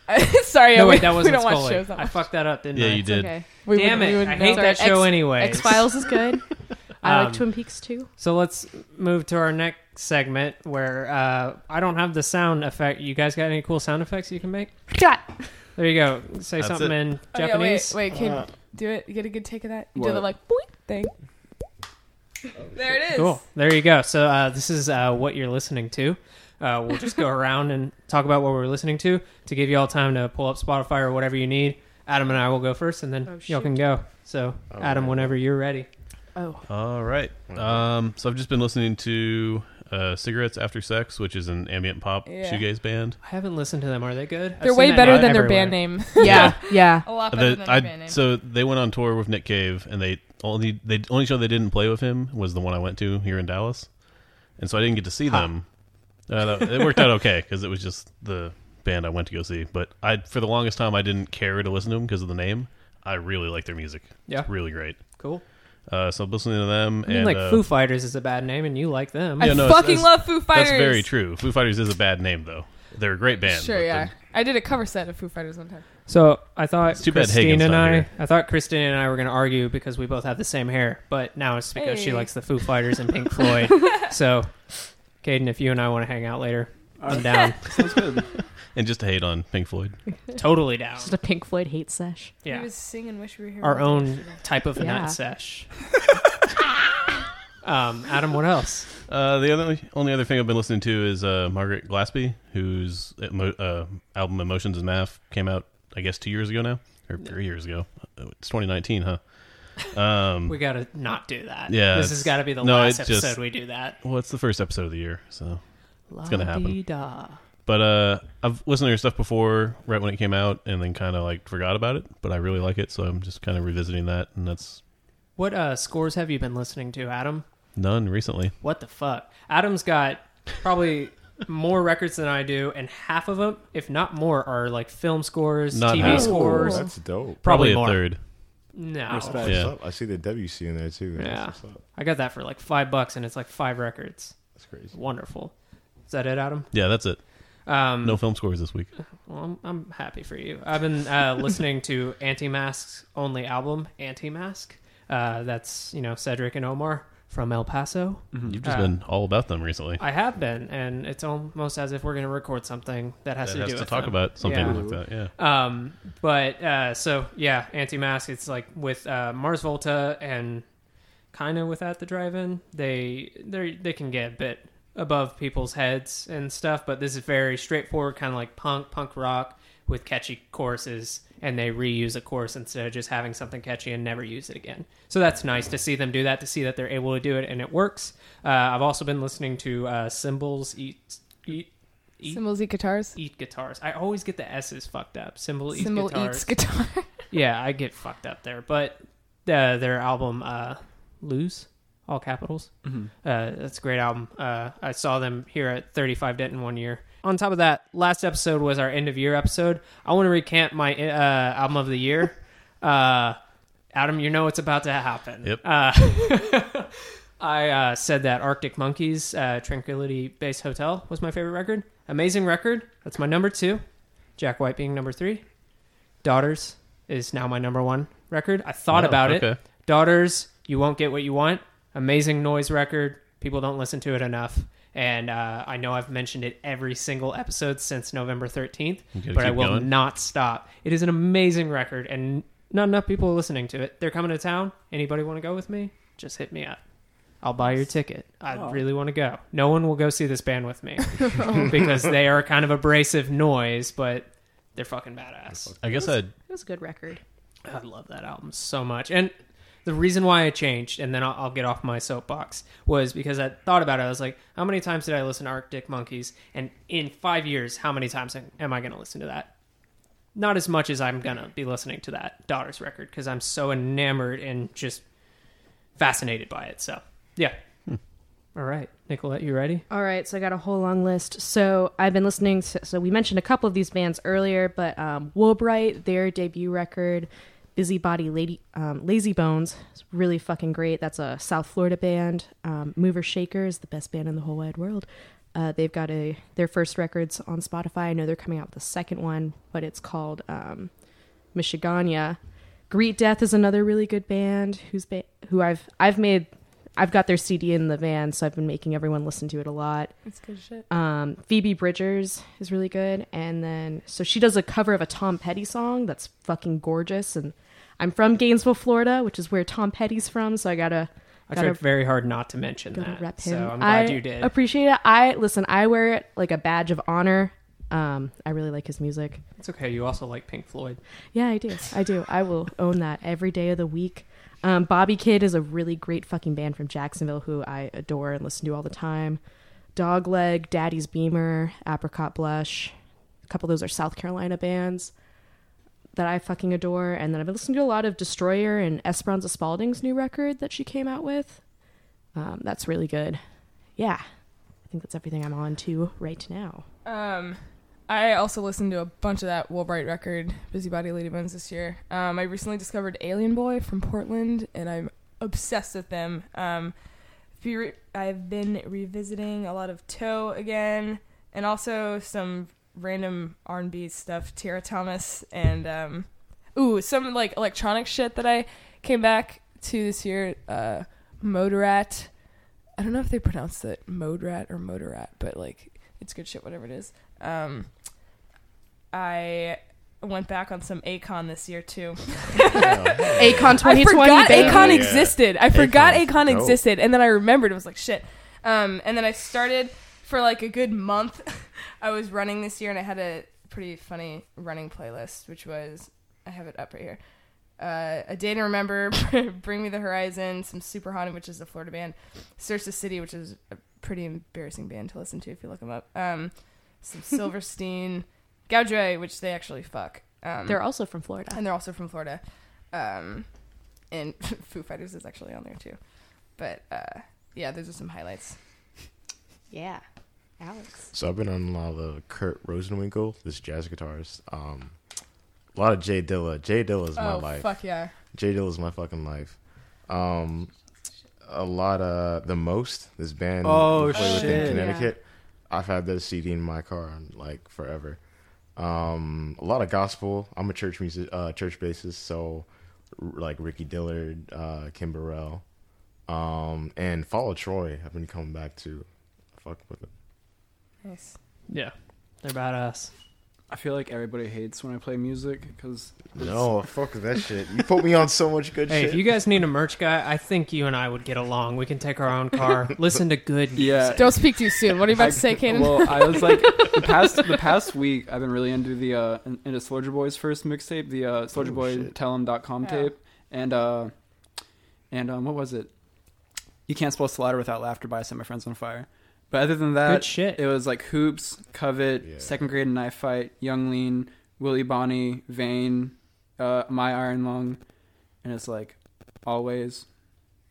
S2: Sorry,
S4: no,
S2: we,
S4: wait, that
S2: we
S4: wasn't
S2: don't watch
S4: Scully.
S2: shows that
S4: I
S2: much.
S4: fucked that up, didn't
S3: Yeah,
S4: I?
S3: you did.
S2: Okay. We
S4: Damn
S2: would-
S4: it!
S2: we would
S4: I
S2: know.
S4: hate that
S5: Sorry,
S4: show
S5: X-
S4: anyway.
S5: X Files is good. I
S4: Um,
S5: like Twin Peaks too.
S4: So let's move to our next segment where uh, I don't have the sound effect. You guys got any cool sound effects you can make? There you go. Say
S3: That's
S4: something
S3: it.
S4: in
S2: Oh, yeah,
S4: Japanese.
S2: wait, wait, can do it. Get a good take of that. You Do
S1: What?
S2: the like boing thing. There it is.
S4: Cool. There you go. So uh, this is uh, what you're listening to. Uh, we'll just go around and talk about what we're listening to to give you all time to pull up Spotify or whatever you need. Adam and I will go first, and then
S5: Oh,
S4: y'all can
S5: shoot.
S4: go. So
S6: Oh,
S4: Adam,
S6: man.
S4: whenever you're ready.
S5: Oh,
S3: All right. Um, so I've just been listening to uh, Cigarettes After Sex, which is an ambient pop
S2: Yeah.
S3: shoegaze band.
S4: I haven't listened to them. Are they good? I've
S2: They're
S4: seen
S2: way
S4: that
S2: better
S4: ad
S2: than their
S4: everywhere.
S2: band name.
S5: yeah, yeah.
S2: a lot
S3: The-
S2: better than
S3: I-
S2: their band name.
S3: so they went on tour with Nick Cave, and they only they only show they didn't play with him was the one I went to here in Dallas, and so I didn't get to see them. Uh, that- it worked out okay because it was just the band I went to go see. But I for the longest time I didn't care to listen to them because of the name. I really like their music.
S4: Yeah.
S3: It's really great.
S4: Cool.
S3: Uh, so I'm listening to them
S4: I mean,
S3: and
S4: like
S3: uh,
S4: Foo Fighters is a bad name, and you like them.
S2: I
S3: Yeah, no, it's-
S2: fucking
S3: it's-
S2: love Foo Fighters.
S3: That's very true. Foo Fighters is a bad name though. They're a great band.
S2: Sure,
S3: but
S2: yeah.
S3: they're-
S2: I did a cover set of Foo Fighters one time.
S4: So I thought
S3: It's too bad
S4: Christine
S3: Hagen's
S4: and
S3: not
S4: I,
S3: here.
S4: I thought Christine and I were going to argue because we both have the same hair, but now it's because she
S2: Hey.
S4: likes the Foo Fighters and Pink Floyd. so, Caden, if you and I want to hang out later, I'm down.
S1: Sounds good.
S3: And just to hate on Pink Floyd.
S4: totally down.
S5: Just a Pink Floyd hate sesh.
S2: He
S4: Yeah,
S2: was singing "Wish We Were Here."
S4: our
S2: With
S4: own type of
S5: Yeah.
S4: nut sesh. um, Adam, what else?
S3: Uh, the other only other thing I've been listening to is uh, Margaret Glasby, whose emo- uh, album "Emotions and Math" came out, I guess, two years ago now or three years ago. Uh, It's 2019, huh? Um,
S4: We got to not do that.
S3: Yeah,
S4: this has
S3: it's-
S4: got to be the
S3: no,
S4: last
S3: it just-
S4: episode we do that.
S3: well, it's the first episode of the year, so it's gonna happen.
S4: La-dee-da.
S3: But uh, I've listened to her stuff before, right when it came out, and then kind of like forgot about it. But I really like it, so I'm just kind of revisiting that, and that's
S4: What uh, scores have you been listening to, Adam?
S3: none recently.
S4: What the fuck? Adam's got probably more records than I do, and half of them, if not more, are like film scores,
S3: Not
S4: TV
S3: half.
S4: scores.
S6: Ooh, that's dope.
S3: Probably,
S4: Probably more.
S3: a third.
S4: No,
S1: Respect.
S6: That's
S3: Yeah.
S6: what's up. I see the WC in there too. That's
S4: Yeah.
S6: what's up.
S4: I got that for like five bucks, and it's like five records.
S6: That's crazy.
S4: Wonderful. Is that it, Adam?
S3: Yeah, that's it.
S4: Um,
S3: No film scores this week.
S4: Well, I'm, I'm happy for you. I've been uh, listening to Anti Mask's only album, Anti Mask. Uh, that's you know Cedric and Omar from El Paso.
S1: Mm-hmm.
S3: You've just
S4: Uh,
S3: been all about them recently.
S4: I have been, and it's almost as if we're going to record something that has
S3: That
S4: to
S3: has
S4: do
S3: to
S4: with
S3: talk
S4: them.
S3: about something
S4: Yeah.
S3: like that. Yeah.
S4: Um, but uh, so yeah, anti mask. It's like with uh, Mars Volta and kind of without the drive-in. They they they can get a bit above people's heads and stuff. But this is very straightforward, kind of like punk punk rock with catchy choruses, and they reuse a chorus instead of just having something catchy and never use it again. So that's nice to see them do that. To see that they're able to do it and it works. Uh, I've also been listening to uh, Symbols Eat
S2: You.
S4: Eat. Eat
S2: Cymbals eat guitars.
S4: eat guitars. I always get the S's fucked up. Symbol eats
S2: Cymbal
S4: guitars.
S2: eats guitar.
S4: yeah, I get fucked up there. But uh, their album uh, Lose, all capitals.
S1: Mm-hmm.
S4: Uh, that's a great album. Uh, I saw them here at 35 Denton one year. On top of that, last episode was our end of year episode. I want to recant my uh, album of the year. Uh, Adam, you know what's about to happen.
S3: Yep.
S4: Uh, I uh, said that Arctic Monkeys uh, Tranquility Base Hotel was my favorite record. Amazing record. That's my number two. Jack White being number three. Daughters is now my number one record. I thought
S3: Wow,
S4: about it.
S3: okay.
S4: Daughters, you won't get what you want. Amazing noise record. People don't listen to it enough. And uh, I know I've mentioned it every single episode since November 13th,
S3: gotta
S4: but I
S3: keep
S4: will
S3: going.
S4: not stop. It is an amazing record, and not enough people are listening to it. They're coming to town. Anybody want to go with me? Just hit me up. I'll buy your ticket. I really want to go. No one will go see this band with me because they are kind of abrasive noise, but they're fucking badass.
S3: I guess I
S5: It was a good record.
S4: I love that album so much. And the reason why I changed, and then I'll, I'll get off my soapbox, was because I thought about it. I was like, how many times did I listen to Arctic Monkeys? And in five years, how many times am I going to listen to that? Not as much as I'm going to be listening to that Daughters record because I'm so enamored and just fascinated by it. So yeah. All right, Nicolette, you ready?
S5: All right, so I got a whole long list. So I've been listening. To, so we mentioned a couple of these bands earlier, but um, Woolbright, their debut record, Busybody Lady, um, Lazy Bones, is really fucking great. That's a South Florida band. Um, Mover Shakers, the best band in the whole wide world. Uh, they've got a their first records on Spotify. I know they're coming out with a second one, but it's called um, Michigania. Greet Death is another really good band who's ba- who I've I've made I've got their CD in the van, so I've been making everyone listen to it a lot.
S2: It's good shit.
S5: Um, Phoebe Bridgers is really good, and then so she does a cover of a Tom Petty song that's fucking gorgeous. And I'm from Gainesville, Florida, which is where Tom Petty's from, so I gotta
S4: I
S5: gotta
S4: tried very hard not to mention
S5: gotta
S4: that.
S5: rep him.
S4: So I'm glad
S5: I
S4: you did.
S5: Appreciate it. I listen. I wear it like a badge of honor. Um, I really like his music.
S4: It's okay. You also like Pink Floyd.
S5: Yeah, I do. I do. I will own that every day of the week. Um, Bobby Kid is a really great fucking band from Jacksonville who I adore and listen to all the time. Dogleg, Daddy's Beamer, Apricot Blush. A couple of those are South Carolina bands that I fucking adore. And then I've been listening to a lot of Destroyer and Esperanza Spalding's new record that she came out with. Um, that's really good. Yeah. I think that's everything I'm on to right now.
S2: Um, I also listened to a bunch of that Woolbright record, Busybody Lady Bones, this year. Um, I recently discovered Alien Boy from Portland, and I'm obsessed with them. Um, if you re- I've been revisiting a lot of Toe again, and also some random R&B stuff, Tara Thomas, and um, ooh, some like electronic shit that I came back to this year. Uh, Motorat. I don't know if they pronounce it Modorat or Motorat, but like it's good shit, whatever it is. Um, I went back on some Akon this year too.
S5: Akon 2020.
S2: I forgot
S5: baby.
S2: Akon
S6: Yeah.
S2: existed. I forgot
S6: Akon's
S2: Akon
S6: dope.
S2: existed, and then I remembered. It was like shit. Um, and then I started for like a good month. I was running this year, and I had a pretty funny running playlist, which was I have it up right here. Uh, a Day to Remember, Bring Me the Horizon, some Super Haunted, which is a Florida band, Search the City, which is a pretty embarrassing band to listen to if you look them up. Um, some Silverstein, Gaudre, which they actually fuck. Um,
S5: They're also from Florida.
S2: and they're also from Florida. Um, and Foo Fighters is actually on there too. But uh, yeah, those are some highlights.
S5: Yeah. Alex.
S6: So I've been on a lot of uh, Kurt Rosenwinkel, this jazz guitarist. Um, a lot of Jay Dilla. Jay Dilla is my
S2: oh
S6: life.
S2: fuck yeah!
S6: Jay Dilla is my fucking life. Um, a lot of the most this band.
S1: Oh,
S6: we play with
S1: shit.
S6: in Connecticut. I've had this CD in my car like forever. Um, a lot of gospel. I'm a church music, uh, church bassist, so r- like Ricky Dillard, uh, Kim Burrell, um, and Follow Troy. I've been coming back to. Fuck with it.
S2: Nice.
S4: Yeah, they're badass.
S1: I feel like everybody hates when I play music because
S6: No, fuck that shit. You put me on so much good
S4: Hey,
S6: shit.
S4: if you guys need a merch guy, I think you and I would get along. We can take our own car, listen to good.
S1: yeah.
S2: Don't speak too soon. What are you about to say, Kaden?
S1: Well, I was like the past the past week I've been really into the uh in- into Soldier Boy's first mixtape, the uh Soldier
S6: Oh,
S1: Boy
S6: shit.
S1: tellem.com
S2: Yeah.
S1: tape and uh and um what was it? You can't spell slaughter without laughter by Set My Friends on Fire. But other than that,
S4: Good shit.
S1: it was like Hoops, Covet,
S6: Yeah.
S1: Second Grade and Knife Fight, Young Lean, Willie Bonnie, Vane, uh, My Iron Lung, and it's like always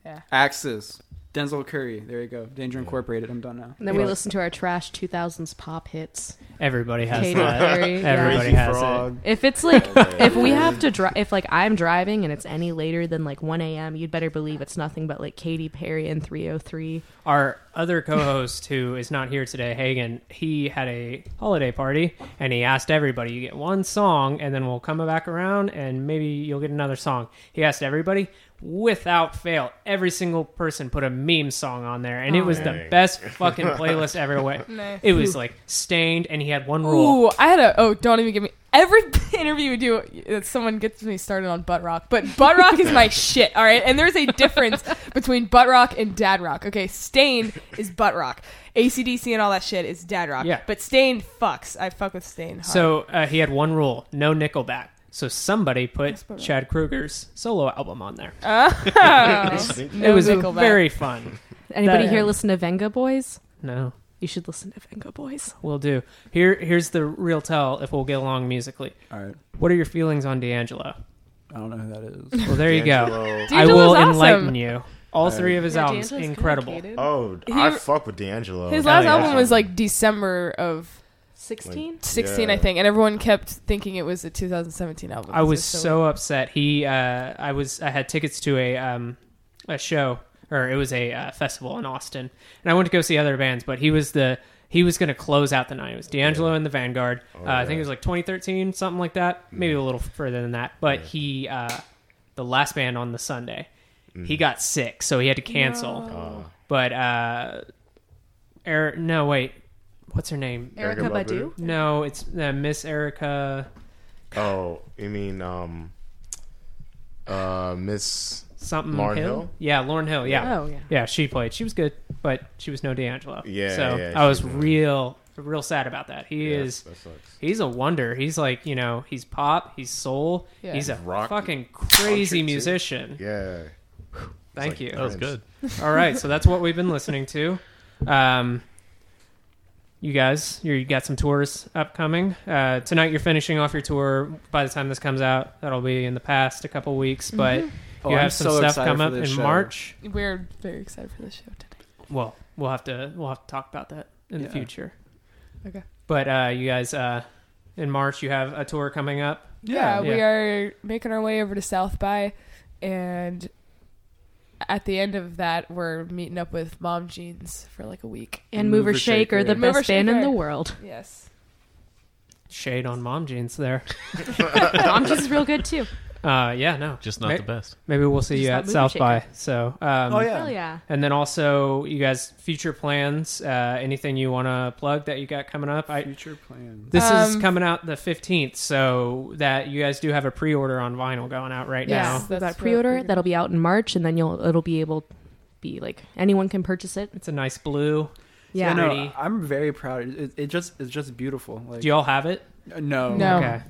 S2: Yeah.
S1: Axis, Denzel Curry. There you go. Danger
S6: Yeah.
S1: Incorporated. I'm done now.
S5: And then we listen to our trash 2000s pop hits.
S4: Everybody has
S5: Katy
S4: that.
S5: Perry. yeah.
S4: Everybody has it.
S5: If it's like, if we have to drive, if like I'm driving and it's any later than like 1 a.m., you'd better believe it's nothing but like Katy Perry and 303.
S4: Our other co-host who is not here today, Hagen, he had a holiday party and he asked everybody, "You get one song, and then we'll come back around, and maybe you'll get another song." He asked everybody, without fail, every single person put a meme song on there, and it
S5: Oh,
S4: was the
S6: Dang.
S4: best fucking playlist ever. Went.
S2: Nice.
S4: It was like stained, and he had one rule.
S2: Ooh, I had a oh, don't even give me every interview we do. uh, Someone gets me started on butt rock, but butt rock is my shit. All right, and there's a difference between butt rock and dad rock. Okay, stained is butt rock, ACDC and all that shit is dad rock.
S4: Yeah.
S2: but stained fucks. I fuck with stained. Hard.
S4: So uh, he had one rule: no Nickelback. So somebody put
S2: about right.
S4: Chad Kruger's solo album on there.
S2: No
S4: it was
S2: Nickelback.
S4: very fun.
S5: Anybody
S4: That-
S5: here listen to Venga Boys?
S4: No.
S5: You should listen to Venga Boys.
S4: Will do. Here, here's the real tell if we'll get along musically.
S1: All right.
S4: What are your feelings on D'Angelo?
S1: I don't know who that is.
S4: Well, there you go.
S6: D'Angelo.
S4: I
S2: D'Angelo's
S4: will
S2: awesome.
S4: enlighten you. all three of his
S2: Yeah,
S4: albums
S2: D'Angelo's
S4: um, incredible.
S2: complicated.
S6: Oh,
S2: He-
S6: I fuck with D'Angelo.
S2: His last
S4: yeah.
S2: album was like December of
S5: 16?
S2: 16, I
S6: Yeah.
S2: think, and everyone kept thinking it was a 2017 album.
S4: I was
S2: It's
S4: so, upset. He, uh, I was, I had tickets to a, um, a show, or it was a uh, festival in Austin, and I went to go see other bands, but he was the, he was going to close out the night. It was D'Angelo and the Vanguard. uh, I think it was like 2013, something like that, maybe a little further than that. But he, uh, the last band on the Sunday, he got sick, so he had to cancel. But uh, Eric, no wait, what's her name?
S5: Erica
S6: Erica
S5: Badu?
S4: No, it's uh, Miss Erica
S6: Oh, you mean um, uh, Miss?
S4: something
S6: Lauryn
S4: Hill?
S6: Hill?
S4: Yeah, Lauren Hill. Yeah.
S5: Oh, yeah.
S4: Yeah, she played. She was good, but she was no D'Angelo.
S6: Yeah,
S4: So
S6: yeah,
S4: I was
S6: she's not.
S4: real, real sad about that. He
S6: Yeah,
S4: is.
S6: that sucks.
S4: He's a wonder. He's like you know. He's pop. He's soul.
S2: Yeah.
S4: He's a
S6: Rock
S4: fucking
S6: country,
S4: crazy
S6: too.
S4: musician.
S6: Yeah.
S4: Thank
S6: like-
S4: you.
S3: That was good.
S4: All right, so that's what we've been listening to. Um, you guys, you you got some tours upcoming. Uh, tonight, you're finishing off your tour. By the time this comes out, that'll be in the past a couple weeks, but
S1: Oh,
S4: you
S1: I'm
S4: have some
S1: so
S4: stuff
S1: excited
S4: come
S1: for
S4: up in
S1: this show.
S4: March.
S2: so- we're very excited for the show today.
S4: Well, we'll have to we'll have to talk about that in the
S1: Yeah.
S4: future.
S2: Okay.
S4: But uh, you guys, uh, in March, you have a tour coming up.
S2: Yeah,
S4: Yeah.
S2: we are making our way over to South by, and at the end of that, we're meeting up with Mom Jeans for like a week.
S5: And Mover Shaker, the
S2: Mover
S5: best band in
S2: Shaker.
S5: the world.
S2: Yes.
S4: Shade on mom jeans there.
S5: Mom Jeans is real good, too.
S4: Uh, yeah, no,
S3: Just not
S4: May-
S3: the best.
S4: Maybe we'll see
S5: Just
S4: you
S5: not
S4: at
S5: movie
S4: South
S5: shaker.
S4: by. So, um,
S1: Oh,
S5: Hell
S1: yeah.
S5: yeah.
S4: And then also, you guys, future plans, uh, anything you want to plug that you got coming up? I,
S1: Future plans.
S4: this is
S2: Um,
S4: coming out the 15th, so that you guys do have a pre order on vinyl going out right
S2: Yeah.
S4: now.
S5: So
S2: That's
S5: that
S2: what
S5: pre-order
S2: we're-
S5: that'll be out in March, and then you'll it'll be able be like anyone can purchase it.
S4: It's a nice blue.
S5: Yeah,
S1: no,
S4: Pretty.
S1: I'm very proud. It, it just it's just beautiful. Like uh,
S4: Do y'all have it?
S1: no, Oh,
S2: No.
S4: Okay.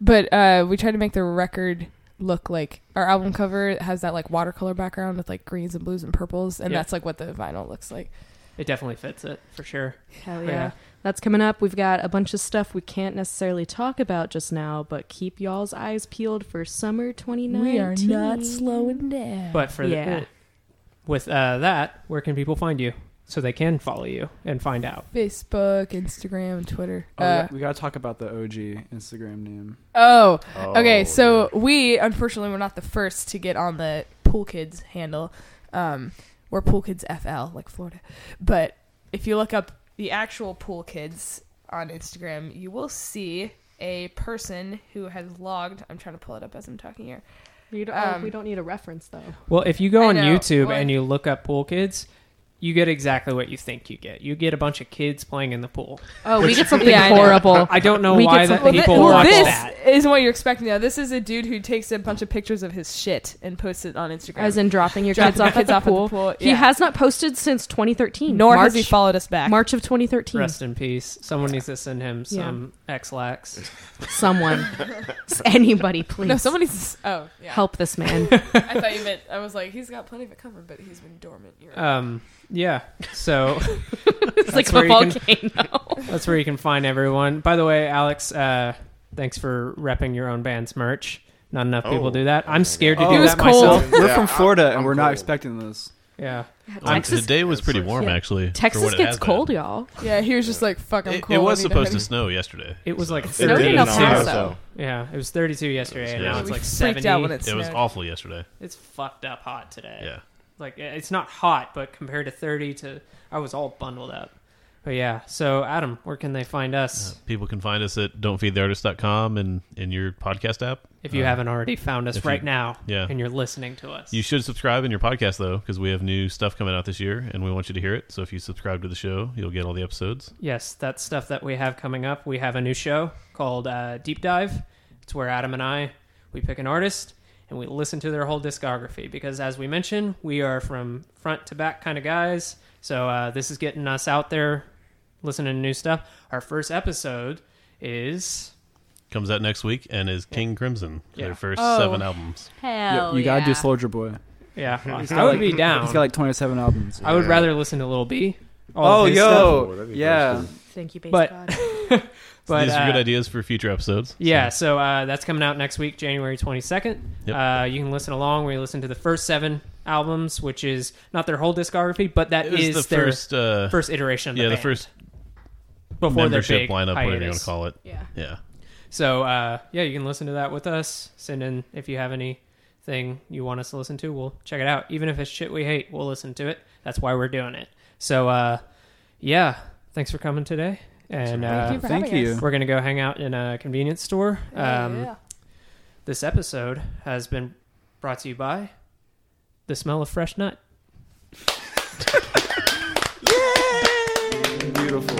S2: But uh, we tried to make the record look like our album cover has that like watercolor background with like greens and blues and purples, and
S4: Yeah.
S2: that's like what the vinyl looks like.
S4: It definitely fits it for sure.
S5: hell yeah.
S4: Yeah.
S5: That's coming up. We've got a bunch of stuff we can't necessarily talk about just now, but keep y'all's eyes peeled for summer 2019.
S2: down.
S4: But for
S5: Yeah.
S4: the, uh, with uh, that, where can people find you so they can follow you and find out?
S2: Facebook, Instagram, Twitter.
S1: Oh,
S2: uh,
S1: we, we gotta talk about the OG Instagram name.
S2: oh,
S6: Oh,
S2: okay. So we unfortunately were not the first to get on the Pool Kids handle. Um, we're Pool Kids FL, like Florida. But if you look up the actual Pool Kids on Instagram, you will see a person who has logged. I'm trying to pull it up as I'm talking here.
S5: We don't,
S2: Um,
S5: we don't need a reference though.
S4: Well, if you go
S2: I
S4: on
S2: know.
S4: YouTube
S2: Well,
S4: and you look up pool kids, you get exactly what you think you get. You get a bunch of kids playing in the pool.
S5: Oh, we
S4: Which-
S5: get something
S2: Yeah, I know.
S5: horrible.
S4: I don't know
S5: We
S4: why
S5: get
S4: that
S5: some-
S2: thi-
S4: people
S5: well,
S4: watch
S2: this
S4: that.
S2: isn't what you're expecting now. This is a dude who takes a bunch of pictures of his shit and posts it on Instagram.
S5: As in dropping your
S2: Dropping
S5: kids off
S2: kids
S5: at
S2: off
S5: the
S2: at the
S5: pool.
S2: pool,
S5: He
S2: yeah.
S5: has not posted since 2013.
S2: nor
S5: March,
S2: has he followed us back.
S5: March of 2013.
S4: Rest in peace. Someone needs to send him
S5: Yeah.
S4: some X-Lax.
S5: Someone, anybody, please
S2: no, somebody. Oh, yeah.
S5: help this man.
S2: I thought you meant. I was like, he's got plenty of it covered, but he's been dormant. You're
S3: Uh,
S2: right.
S4: Um, yeah. So
S5: it's like
S4: That's where you
S5: football game.
S4: that's where you can find everyone. By the way, Alex, uh, thanks for repping your own band's merch. Not enough people
S6: Oh.
S4: do that. I'm scared to
S1: Oh,
S4: do
S1: it
S2: was
S4: that
S2: cold.
S4: myself.
S1: We're
S6: Yeah,
S1: from
S6: I-
S1: Florida, and
S6: I'm
S1: we're not
S6: cold.
S1: expecting this.
S4: Yeah.
S5: Texas,
S3: Today was pretty warm,
S5: Yeah.
S3: actually. for
S5: Texas
S3: what it
S5: gets
S3: has been.
S5: cold, y'all.
S2: Yeah, he was just like, "Fuck, I'm
S3: It,
S2: cold."
S3: it was
S2: I need a
S3: supposed to
S2: hoodie.
S3: snow yesterday.
S4: It was like
S6: It
S5: Snowed
S6: did
S5: in
S6: not
S5: Alonzo.
S6: snow,
S5: Alonzo.
S4: Yeah, it was 32 yesterday, and
S3: Yeah.
S4: now
S3: We
S4: it's like
S2: freaked
S4: 70.
S2: out when it
S3: It was
S2: snowed.
S3: awful yesterday.
S4: It's fucked up hot today.
S3: Yeah.
S4: Like it's not hot, but compared to 30 to I was all bundled up. But yeah, so Adam, where can they find us
S3: Uh, People can find us at don'tfeedtheartist.com and in your podcast app.
S4: if you
S3: Uh,
S4: haven't already found us
S3: if you-
S4: right now
S3: yeah.
S4: and you're listening to us?
S3: You should subscribe in your podcast though, because we have new stuff coming out this year, and we want you to hear it. So if you subscribe to the show, you'll get all the episodes.
S4: yes, that's stuff that we have coming up. We have a new show called uh, Deep Dive. It's where Adam and I we pick an artist and we listen to their whole discography because, as we mentioned, we are from front to back kind of guys. So uh, this is getting us out there listening to new stuff. Our first episode is
S3: Comes out next week and is King Crimson,
S4: Yeah.
S3: their first
S2: Oh.
S3: seven albums.
S5: Hell,
S1: you gotta do Soldier Boy.
S4: yeah.
S1: got
S4: I would
S1: like-
S4: be down.
S1: He's got like 27 albums.
S4: I would
S6: Yeah.
S4: rather listen to Lil B. all of
S1: Oh,
S4: his stuff,
S6: Oh,
S1: yo,
S6: that'd be
S1: yeah.
S6: nice,
S5: Thank you, base
S4: But-
S5: God.
S4: but
S3: These are good
S4: uh,
S3: ideas for future episodes.
S4: Yeah, so uh, that's coming out next week, January 22nd.
S3: Yep.
S4: Uh, you can listen along. We listen to the first seven albums, which is not their whole discography, but that
S3: It was
S4: is
S3: the
S4: their
S3: first, uh,
S4: first iteration. Of the
S3: yeah, the
S4: band
S3: first
S4: before their
S3: membership
S4: big
S3: lineup, whatever you want
S4: hiatus.
S3: to call it.
S5: Yeah.
S3: Yeah,
S4: So uh, yeah, you can listen to that with us. Send in if you have anything you want us to listen to. We'll check it out. Even if it's shit we hate, we'll listen to it. That's why we're doing it. So uh, yeah, thanks for coming today, and
S2: Thank
S4: uh,
S2: you for
S1: thank
S2: having
S1: you.
S2: us.
S4: we're gonna go hang out in a convenience store.
S2: Oh,
S4: Um,
S2: yeah.
S4: This episode has been brought to you by the smell of fresh nut.
S1: Beautiful.